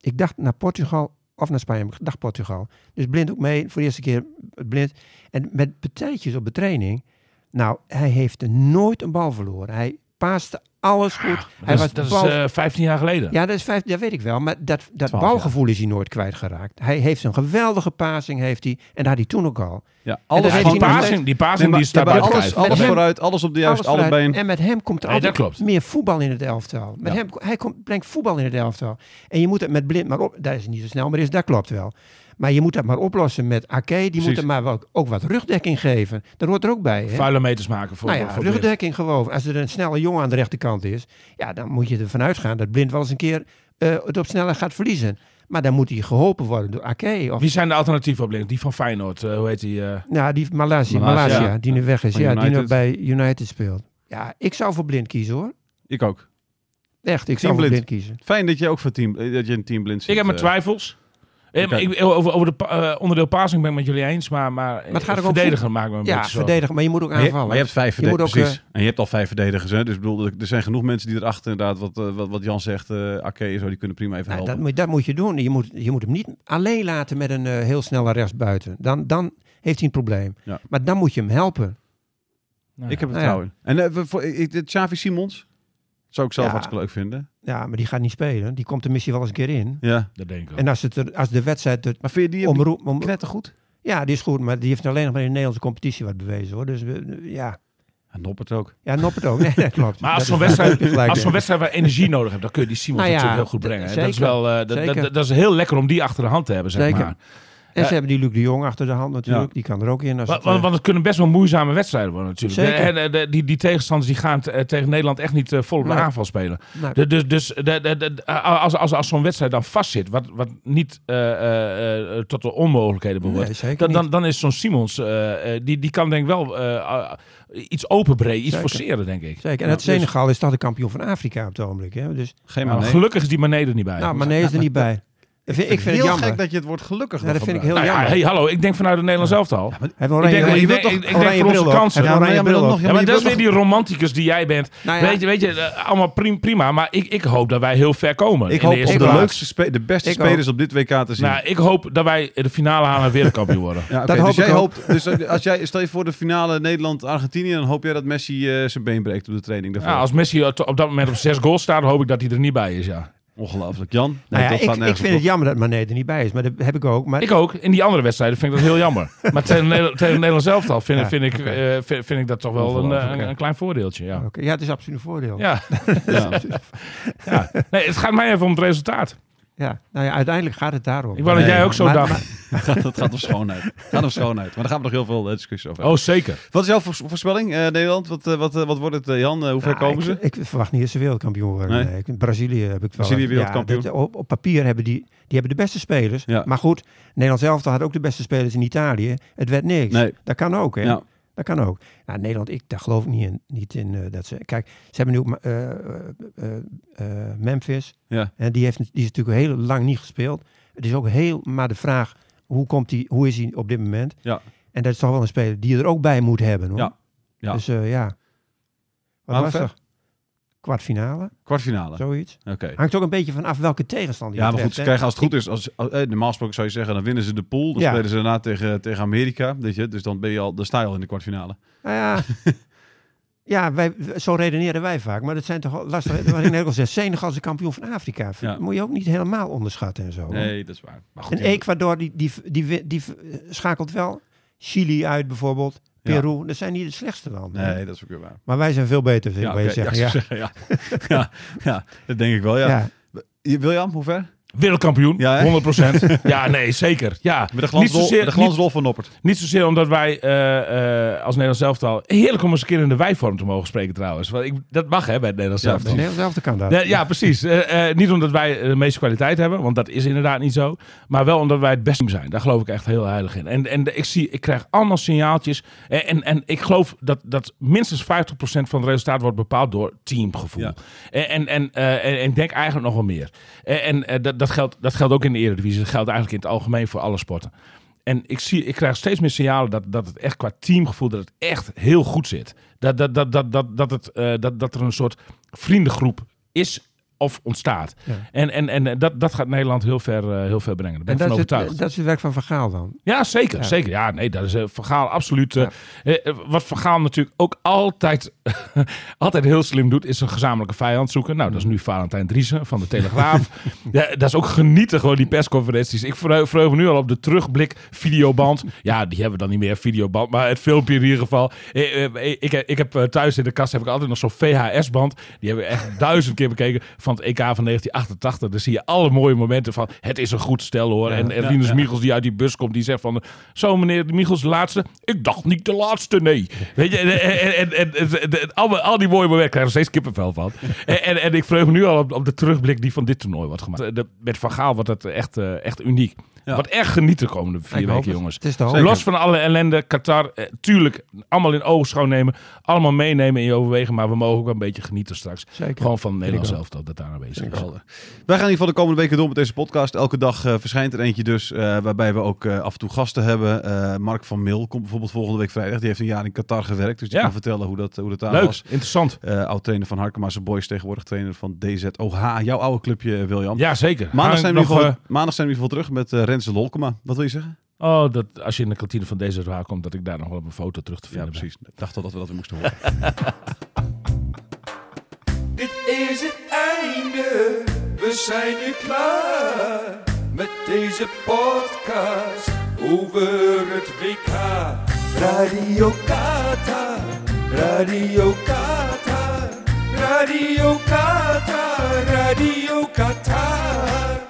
[SPEAKER 4] Ik dacht naar Portugal of naar Spanje, maar ik dacht Portugal. Dus Blind ook mee, voor de eerste keer Blind. En met partijtjes op de training. Nou, hij heeft nooit een bal verloren. Hij paaste alles goed. hij
[SPEAKER 3] Ah, dat
[SPEAKER 4] was
[SPEAKER 3] is, dat is
[SPEAKER 4] bal-
[SPEAKER 3] eh, 15 jaar geleden.
[SPEAKER 4] ja, dat, is vijf, dat weet ik wel. Maar dat, dat
[SPEAKER 2] Twaalf
[SPEAKER 4] balgevoel is hij nooit kwijtgeraakt. Hij heeft een geweldige passing, heeft hij. En dat had hij toen ook al.
[SPEAKER 2] Ja,
[SPEAKER 4] dat
[SPEAKER 2] alles
[SPEAKER 4] heeft
[SPEAKER 2] van
[SPEAKER 3] die
[SPEAKER 4] hij nog
[SPEAKER 2] paas-
[SPEAKER 3] passing, die passing
[SPEAKER 2] Nee, maar-
[SPEAKER 3] die staat
[SPEAKER 2] ja, maar
[SPEAKER 3] bij
[SPEAKER 4] buiten
[SPEAKER 2] alles,
[SPEAKER 4] kijf.
[SPEAKER 2] alles
[SPEAKER 4] Met hem-
[SPEAKER 2] vooruit, alles op de juiste
[SPEAKER 4] Alles
[SPEAKER 2] allebei.
[SPEAKER 4] vooruit. En met hem komt er
[SPEAKER 3] Nee, dat
[SPEAKER 4] altijd
[SPEAKER 3] klopt.
[SPEAKER 4] meer voetbal in het elftal. Met
[SPEAKER 2] Ja.
[SPEAKER 4] hem, hij komt, brengt voetbal in het elftal. En je moet het met blind maar op. Daar is niet zo snel, maar is, dat klopt wel. Maar je moet dat maar oplossen met Ake. Die moet
[SPEAKER 2] Precies.
[SPEAKER 4] er maar wel, ook wat rugdekking geven. Dat hoort er ook bij. Hè?
[SPEAKER 3] Vuile meters maken voor,
[SPEAKER 4] Nou ja,
[SPEAKER 3] voor Blind.
[SPEAKER 4] rugdekking gewoon. Als er een snelle jongen aan de rechterkant is, ja, dan moet je ervan uitgaan dat Blind wel eens een keer eh, het op sneller gaat verliezen. Maar dan moet hij geholpen worden door Ake. Of,
[SPEAKER 3] Wie zijn de alternatieven op Blind? Die van Feyenoord, eh, hoe heet die? eh?
[SPEAKER 4] nou, die Malaysia,
[SPEAKER 2] Malasia.
[SPEAKER 4] Malaysia, die nu weg is.
[SPEAKER 2] Van
[SPEAKER 4] Ja, die nu
[SPEAKER 2] United.
[SPEAKER 4] bij United speelt. Ja, ik zou voor Blind kiezen hoor.
[SPEAKER 2] Ik ook.
[SPEAKER 4] Echt, ik
[SPEAKER 2] Team
[SPEAKER 4] zou voor
[SPEAKER 2] Blind.
[SPEAKER 4] Blind kiezen.
[SPEAKER 2] Fijn dat je ook voor team, eh, dat je een team blind zit.
[SPEAKER 3] ik heb mijn
[SPEAKER 2] eh.
[SPEAKER 3] twijfels. Eh, maar
[SPEAKER 2] Oké.
[SPEAKER 3] ik, over over de pa- eh, onderdeel passing ben ik met jullie eens, maar, maar,
[SPEAKER 4] het gaat
[SPEAKER 3] eh,
[SPEAKER 4] ook om
[SPEAKER 3] verdediger maakt me een
[SPEAKER 4] Ja,
[SPEAKER 3] beetje zorgen.
[SPEAKER 4] verdedigen, maar je moet ook
[SPEAKER 2] Maar je,
[SPEAKER 4] aanvallen.
[SPEAKER 2] maar je hebt vijf
[SPEAKER 4] Je moet
[SPEAKER 2] verdedigers,
[SPEAKER 4] ook, eh,
[SPEAKER 2] precies. En je hebt al vijf verdedigers. Hè? Dus ik bedoel, er zijn genoeg mensen die erachter inderdaad, wat, eh, wat, wat Jan zegt, eh Ake en zo, die kunnen prima even
[SPEAKER 4] Nou,
[SPEAKER 2] helpen.
[SPEAKER 4] dat, moet, dat moet je doen. Je moet, je moet hem niet alleen laten met een eh, heel snelle rechtsbuiten. Dan, dan heeft hij een probleem.
[SPEAKER 2] Ja.
[SPEAKER 4] Maar dan moet je hem helpen.
[SPEAKER 3] Nou ja.
[SPEAKER 2] Ik heb het
[SPEAKER 4] Nou ja.
[SPEAKER 2] vertrouwen in. En eh, we- voor, ik, dit Xavi Simons zou ik zelf
[SPEAKER 4] Ja.
[SPEAKER 2] hartstikke leuk vinden.
[SPEAKER 4] Ja, maar die gaat niet spelen. Die komt er misschien wel eens een keer in.
[SPEAKER 2] Ja.
[SPEAKER 3] Dat denk ik ook.
[SPEAKER 4] En als, het er, als de wedstrijd er
[SPEAKER 2] Maar vind je die, om...
[SPEAKER 4] omroep... Om,
[SPEAKER 2] knettergoed?
[SPEAKER 4] ja, die is goed, maar die heeft alleen nog maar in de Nederlandse competitie wat bewezen. hoor. Dus we- ja,
[SPEAKER 2] En Noppert ook.
[SPEAKER 4] ja Noppert ook. Nee, dat klopt.
[SPEAKER 3] Maar
[SPEAKER 4] Dat
[SPEAKER 3] als zo'n
[SPEAKER 4] is-
[SPEAKER 3] wedstrijd,
[SPEAKER 4] heb je gelijk
[SPEAKER 3] als zo'n
[SPEAKER 4] in.
[SPEAKER 3] wedstrijd waar energie nodig hebt, dan kun je die Simons
[SPEAKER 4] Nou ja,
[SPEAKER 3] natuurlijk heel goed
[SPEAKER 4] d-
[SPEAKER 3] brengen. hè.
[SPEAKER 4] zeker.
[SPEAKER 3] Dat is wel, eh, dat- dat,
[SPEAKER 4] Zeker.
[SPEAKER 3] dat, dat is heel lekker om die achter de hand te hebben, zeg
[SPEAKER 4] Zeker.
[SPEAKER 3] maar.
[SPEAKER 4] En ze hebben die Luc de Jong achter de hand natuurlijk.
[SPEAKER 2] Ja.
[SPEAKER 4] Die kan er ook in. Als
[SPEAKER 3] Wa-
[SPEAKER 4] het,
[SPEAKER 3] Want,
[SPEAKER 4] eh,
[SPEAKER 3] want het kunnen best wel moeizame wedstrijden worden natuurlijk.
[SPEAKER 4] Zeker.
[SPEAKER 3] En, eh, de- die, die tegenstanders die gaan t- eh, tegen Nederland echt niet eh, vol op de
[SPEAKER 4] Nee.
[SPEAKER 3] aanval spelen.
[SPEAKER 4] nou,
[SPEAKER 3] De- Dus, dus de- de- de- als, als, als zo'n wedstrijd dan vastzit, wat, wat niet eh, eh, eh, tot de onmogelijkheden behoort...
[SPEAKER 4] nee, zeker
[SPEAKER 3] Dan,
[SPEAKER 4] niet.
[SPEAKER 3] dan, dan is zo'n Simons, eh, eh, die, die kan denk ik wel eh, ah, iets openbreken, iets
[SPEAKER 4] Zeker.
[SPEAKER 3] forceren, denk ik.
[SPEAKER 4] Zeker. En
[SPEAKER 3] Ja,
[SPEAKER 4] het
[SPEAKER 3] dus-
[SPEAKER 4] Senegal is toch de kampioen van Afrika op het ogenblik. Hè? Dus,
[SPEAKER 2] Geen
[SPEAKER 3] maar
[SPEAKER 2] maar nee.
[SPEAKER 3] Nou, gelukkig is die Mané er niet bij.
[SPEAKER 4] nou, maar nee is er niet bij. Dat vind- Ik vind het
[SPEAKER 2] heel
[SPEAKER 4] jammer.
[SPEAKER 2] gek dat je het woord gelukkig
[SPEAKER 4] Ja, dat
[SPEAKER 2] nog
[SPEAKER 4] vind ik heel
[SPEAKER 2] gebruikt.
[SPEAKER 3] Nou ja,
[SPEAKER 4] jammer.
[SPEAKER 3] hey, hallo, ik denk vanuit het Nederlands elftal. Ja,
[SPEAKER 4] Hij heeft een
[SPEAKER 3] Ik denk-
[SPEAKER 4] oranje-
[SPEAKER 2] wil
[SPEAKER 3] ik denk-
[SPEAKER 2] toch
[SPEAKER 3] ik denk
[SPEAKER 4] oranje
[SPEAKER 3] voor onze
[SPEAKER 4] bril ook.
[SPEAKER 3] kansen.
[SPEAKER 4] Hij heeft
[SPEAKER 2] Ja,
[SPEAKER 4] een oranje
[SPEAKER 2] maar ja, maar
[SPEAKER 4] bril
[SPEAKER 2] dan
[SPEAKER 4] ook.
[SPEAKER 2] nog-
[SPEAKER 3] maar
[SPEAKER 2] je
[SPEAKER 3] dat is
[SPEAKER 2] wilt
[SPEAKER 3] weer die romanticus die jij bent.
[SPEAKER 4] Nou ja.
[SPEAKER 3] Weet je, weet je eh, allemaal prim- prima, maar ik, ik hoop dat wij heel ver komen.
[SPEAKER 2] Ik
[SPEAKER 3] in
[SPEAKER 2] hoop
[SPEAKER 3] de eerste
[SPEAKER 2] om de
[SPEAKER 3] plaats.
[SPEAKER 2] leukste, spe- de beste
[SPEAKER 4] Ik
[SPEAKER 2] spelers op dit WK te zien.
[SPEAKER 3] Nou, ik hoop dat wij de finale halen en wereldkampioen worden.
[SPEAKER 2] Ja, oké,
[SPEAKER 4] Dat
[SPEAKER 2] dus
[SPEAKER 4] hoop ik
[SPEAKER 2] jij
[SPEAKER 4] ook.
[SPEAKER 2] hoopt, dus als jij, stel je voor de finale Nederland-Argentinië, dan hoop jij dat Messi eh, zijn been breekt op de training daarvoor.
[SPEAKER 3] Ja, als Messi op op dat moment op zes goals staat, hoop ik dat hij er niet bij is, ja.
[SPEAKER 2] Ongelooflijk. Jan, nee,
[SPEAKER 4] Nou ja,
[SPEAKER 2] dat gaat
[SPEAKER 4] ik, ik
[SPEAKER 2] nergens
[SPEAKER 4] vind
[SPEAKER 2] op.
[SPEAKER 4] het jammer dat Mané er niet bij is, maar dat heb ik ook. Maar
[SPEAKER 3] eh, Ik ook. In die andere wedstrijden vind ik dat heel jammer. Maar tegen, Neder- tegen Nederland zelf al vind,
[SPEAKER 4] Ja,
[SPEAKER 3] vind, ik,
[SPEAKER 4] oké.
[SPEAKER 3] eh, vind, vind ik dat toch wel een,
[SPEAKER 2] Ongelooflijk,
[SPEAKER 3] eh, een,
[SPEAKER 2] hè.
[SPEAKER 3] een klein voordeeltje, ja.
[SPEAKER 4] Oké, Ja, het is absoluut een voordeel.
[SPEAKER 3] Ja.
[SPEAKER 2] Ja.
[SPEAKER 3] ja. Nee, het gaat mij even om het resultaat.
[SPEAKER 4] Ja, nou ja, uiteindelijk gaat het daarom.
[SPEAKER 3] Ik wou dat
[SPEAKER 2] Nee,
[SPEAKER 3] jij ook zo
[SPEAKER 4] maar-
[SPEAKER 3] dacht.
[SPEAKER 2] Het gaat, het gaat om schoonheid. Het gaat om schoonheid. Maar daar gaan we nog heel veel eh, discussies over
[SPEAKER 3] oh, zeker.
[SPEAKER 2] hebben. Wat is jouw voors- voorspelling, eh, Nederland? Wat, eh, wat, eh, wat wordt het, eh, Jan? Eh, hoe ver
[SPEAKER 4] Nou,
[SPEAKER 2] komen ze?
[SPEAKER 4] ik, ik verwacht niet dat ze wereldkampioen worden.
[SPEAKER 2] Nee.
[SPEAKER 4] Nee. ik- Brazilië heb ik wel.
[SPEAKER 2] Brazilië
[SPEAKER 4] ja,
[SPEAKER 2] wereldkampioen.
[SPEAKER 4] dat- op, op papier hebben die, die hebben de beste spelers.
[SPEAKER 2] Ja.
[SPEAKER 4] Maar goed, Nederland zelf had ook de beste spelers in Italië. Het werd niks.
[SPEAKER 2] Nee.
[SPEAKER 4] Dat kan ook, hè?
[SPEAKER 2] Ja.
[SPEAKER 4] Dat kan ook. Nou, Nederland, ik daar geloof ik niet in. Niet in eh, dat ze, kijk, ze hebben nu ook eh, eh, eh, eh, Memphis.
[SPEAKER 2] Ja.
[SPEAKER 4] En die, heeft, die is natuurlijk heel lang niet gespeeld. Het is ook heel maar de vraag, hoe, komt die, hoe is hij op dit moment?
[SPEAKER 2] Ja.
[SPEAKER 4] En dat is toch wel een speler die je er ook bij moet hebben. Hoor.
[SPEAKER 2] Ja. Ja.
[SPEAKER 4] Dus eh, ja. Wat
[SPEAKER 2] Maar
[SPEAKER 4] was
[SPEAKER 2] ver-
[SPEAKER 4] er? Kwartfinale,
[SPEAKER 2] Kwartfinale.
[SPEAKER 4] zoiets.
[SPEAKER 2] Oké.
[SPEAKER 4] Hangt ook een beetje van af welke tegenstander je
[SPEAKER 2] Ja, maar goed,
[SPEAKER 4] treft,
[SPEAKER 2] ze
[SPEAKER 4] hè.
[SPEAKER 2] krijgen als het goed is, als, als- eh, normaal gesproken zou je zeggen, dan winnen ze de pool. Dan
[SPEAKER 4] Ja.
[SPEAKER 2] spelen ze daarna tegen, tegen Amerika, weet je. Dus dan, ben je al, dan sta je al in de kwartfinale.
[SPEAKER 4] Nou ja, ja wij, zo redeneren wij vaak. Maar dat zijn toch al lastige... Waarin ik al zeg, Senegal is de kampioen van Afrika.
[SPEAKER 2] Ja.
[SPEAKER 4] Moet je ook niet helemaal onderschatten en zo. hoor.
[SPEAKER 2] Nee, dat is waar. Maar goed,
[SPEAKER 4] En Ecuador, die, die, die, die, die schakelt wel Chili uit bijvoorbeeld.
[SPEAKER 2] Ja.
[SPEAKER 4] Peru, dat zijn niet de slechtste landen. hè.
[SPEAKER 2] Nee, dat is ook weer waar.
[SPEAKER 4] Maar wij zijn veel beter, wil ik
[SPEAKER 2] oké,
[SPEAKER 4] bij je zeggen. Ja,
[SPEAKER 2] ik zou zeggen, ja. Ja, ja, dat denk ik wel, ja.
[SPEAKER 4] Ja.
[SPEAKER 2] Je- William, hoe ver?
[SPEAKER 3] Wereldkampioen,
[SPEAKER 2] Ja, hè?
[SPEAKER 3] 100%. ja, nee, zeker. Ja.
[SPEAKER 2] Met de
[SPEAKER 3] Niet
[SPEAKER 2] glansrol,
[SPEAKER 3] zozeer-
[SPEAKER 2] met de glansrol van Noppert.
[SPEAKER 3] Niet zozeer omdat wij eh, eh, als Nederlands elftal... Heerlijk om eens een keer in de wijvorm te mogen spreken trouwens. Want ik, dat mag hè, bij het Nederlands
[SPEAKER 2] Ja,
[SPEAKER 3] elftal.
[SPEAKER 2] precies.
[SPEAKER 4] Nederland zelf kan dat.
[SPEAKER 3] Nee, ja, precies. Eh, eh, niet omdat wij de meeste kwaliteit hebben, want dat is inderdaad niet zo. Maar wel omdat wij het beste team zijn. Daar geloof ik echt heel heilig in. En, en ik, zie, ik krijg allemaal signaaltjes. En, en, en ik geloof dat, dat minstens 50% van het resultaat wordt bepaald door teamgevoel.
[SPEAKER 2] Ja.
[SPEAKER 3] En, en, en, eh, en- en ik denk eigenlijk nog wel meer. En, en eh, dat, dat, geldt, dat geldt ook in de Eredivisie. Dat geldt eigenlijk in het algemeen voor alle sporten. En ik, zie, ik krijg steeds meer signalen dat, dat het echt qua teamgevoel dat het echt heel goed zit. Dat, dat, dat, dat, dat, dat, het, eh, dat, dat er een soort vriendengroep is of ontstaat.
[SPEAKER 4] Ja.
[SPEAKER 3] En, en, en eh, dat, dat gaat Nederland heel ver, eh, heel ver brengen. Daar ben
[SPEAKER 4] En
[SPEAKER 3] ik van
[SPEAKER 4] dat is, het,
[SPEAKER 3] overtuigd.
[SPEAKER 4] dat is het werk van Van Gaal dan.
[SPEAKER 3] Ja, zeker.
[SPEAKER 4] Ja.
[SPEAKER 3] Zeker. Ja, nee, dat is eh, Van Gaal absoluut. eh, eh, wat Van Gaal natuurlijk ook altijd, altijd heel slim doet, is een gezamenlijke vijand zoeken. Nou, dat is nu Valentijn Driessen van de Telegraaf. ja, dat is ook genieten, gewoon die persconferenties. Ik verheug, verheug me nu al op de terugblik videoband. Ja, die hebben we dan niet meer, videoband. Maar het filmpje in ieder geval. Eh, eh, Ik, heb- ik heb eh, thuis in de kast heb ik altijd nog zo'n VHS-band. Die hebben we echt duizend keer bekeken van het EK van 1988. Daar zie je alle mooie momenten van. Het is een goed stel hoor. en en Rinus Michels die uit die bus komt, die zegt van... Zo meneer Michels, de laatste? Ik dacht niet de laatste, nee. Weet je, en, en, en, en- en- en- en- al, al die mooie momenten ik krijg er steeds kippenvel van. En, en, en ik vreug me nu al op, op de terugblik die van dit toernooi wordt gemaakt. Eh, dat- Met Van Gaal wordt dat echt, eh, echt uniek.
[SPEAKER 2] Ja.
[SPEAKER 3] Wat echt genieten de komende vier
[SPEAKER 4] Ik hoop
[SPEAKER 3] weken,
[SPEAKER 4] het.
[SPEAKER 3] jongens.
[SPEAKER 4] Het is de hoop.
[SPEAKER 2] Zeker.
[SPEAKER 3] Los van alle ellende, Qatar, eh, tuurlijk, allemaal in oogschouw nemen. Allemaal meenemen in je overwegen, maar we mogen ook wel een beetje genieten straks.
[SPEAKER 4] Zeker.
[SPEAKER 3] Gewoon van Nederland zelf dat dat daar aanwezig is.
[SPEAKER 2] Helder. Wij gaan in ieder geval de komende weken door met deze podcast. Elke dag eh, verschijnt er eentje dus, eh, waarbij we ook eh, af en toe gasten hebben. Eh, Mark van Mil komt bijvoorbeeld volgende week vrijdag. Die heeft een jaar in Qatar gewerkt, dus die
[SPEAKER 3] Ja.
[SPEAKER 2] kan vertellen hoe dat, hoe dat daar
[SPEAKER 3] Leuk,
[SPEAKER 2] was.
[SPEAKER 3] interessant.
[SPEAKER 2] Eh Oud-trainer van Harkema's Boys, tegenwoordig trainer van DZOH. Jouw oude clubje, eh, William.
[SPEAKER 3] Ja, zeker.
[SPEAKER 2] Maandag,
[SPEAKER 3] Hang
[SPEAKER 2] zijn we nog,
[SPEAKER 3] nog, eh,
[SPEAKER 2] maandag zijn we in ieder geval terug met eh Renze Lolkema. Wat wil je zeggen?
[SPEAKER 3] Oh, dat als je in de kantine van deze raar komt, dat ik daar nog wel op een foto terug te
[SPEAKER 2] Ja,
[SPEAKER 3] vinden ben.
[SPEAKER 2] precies. Ik dacht al dat we dat weer moesten horen.
[SPEAKER 1] Dit is het einde, we zijn nu klaar met deze podcast over het WK. Radio Qatar, Radio Qatar, Radio Qatar, Radio Qatar.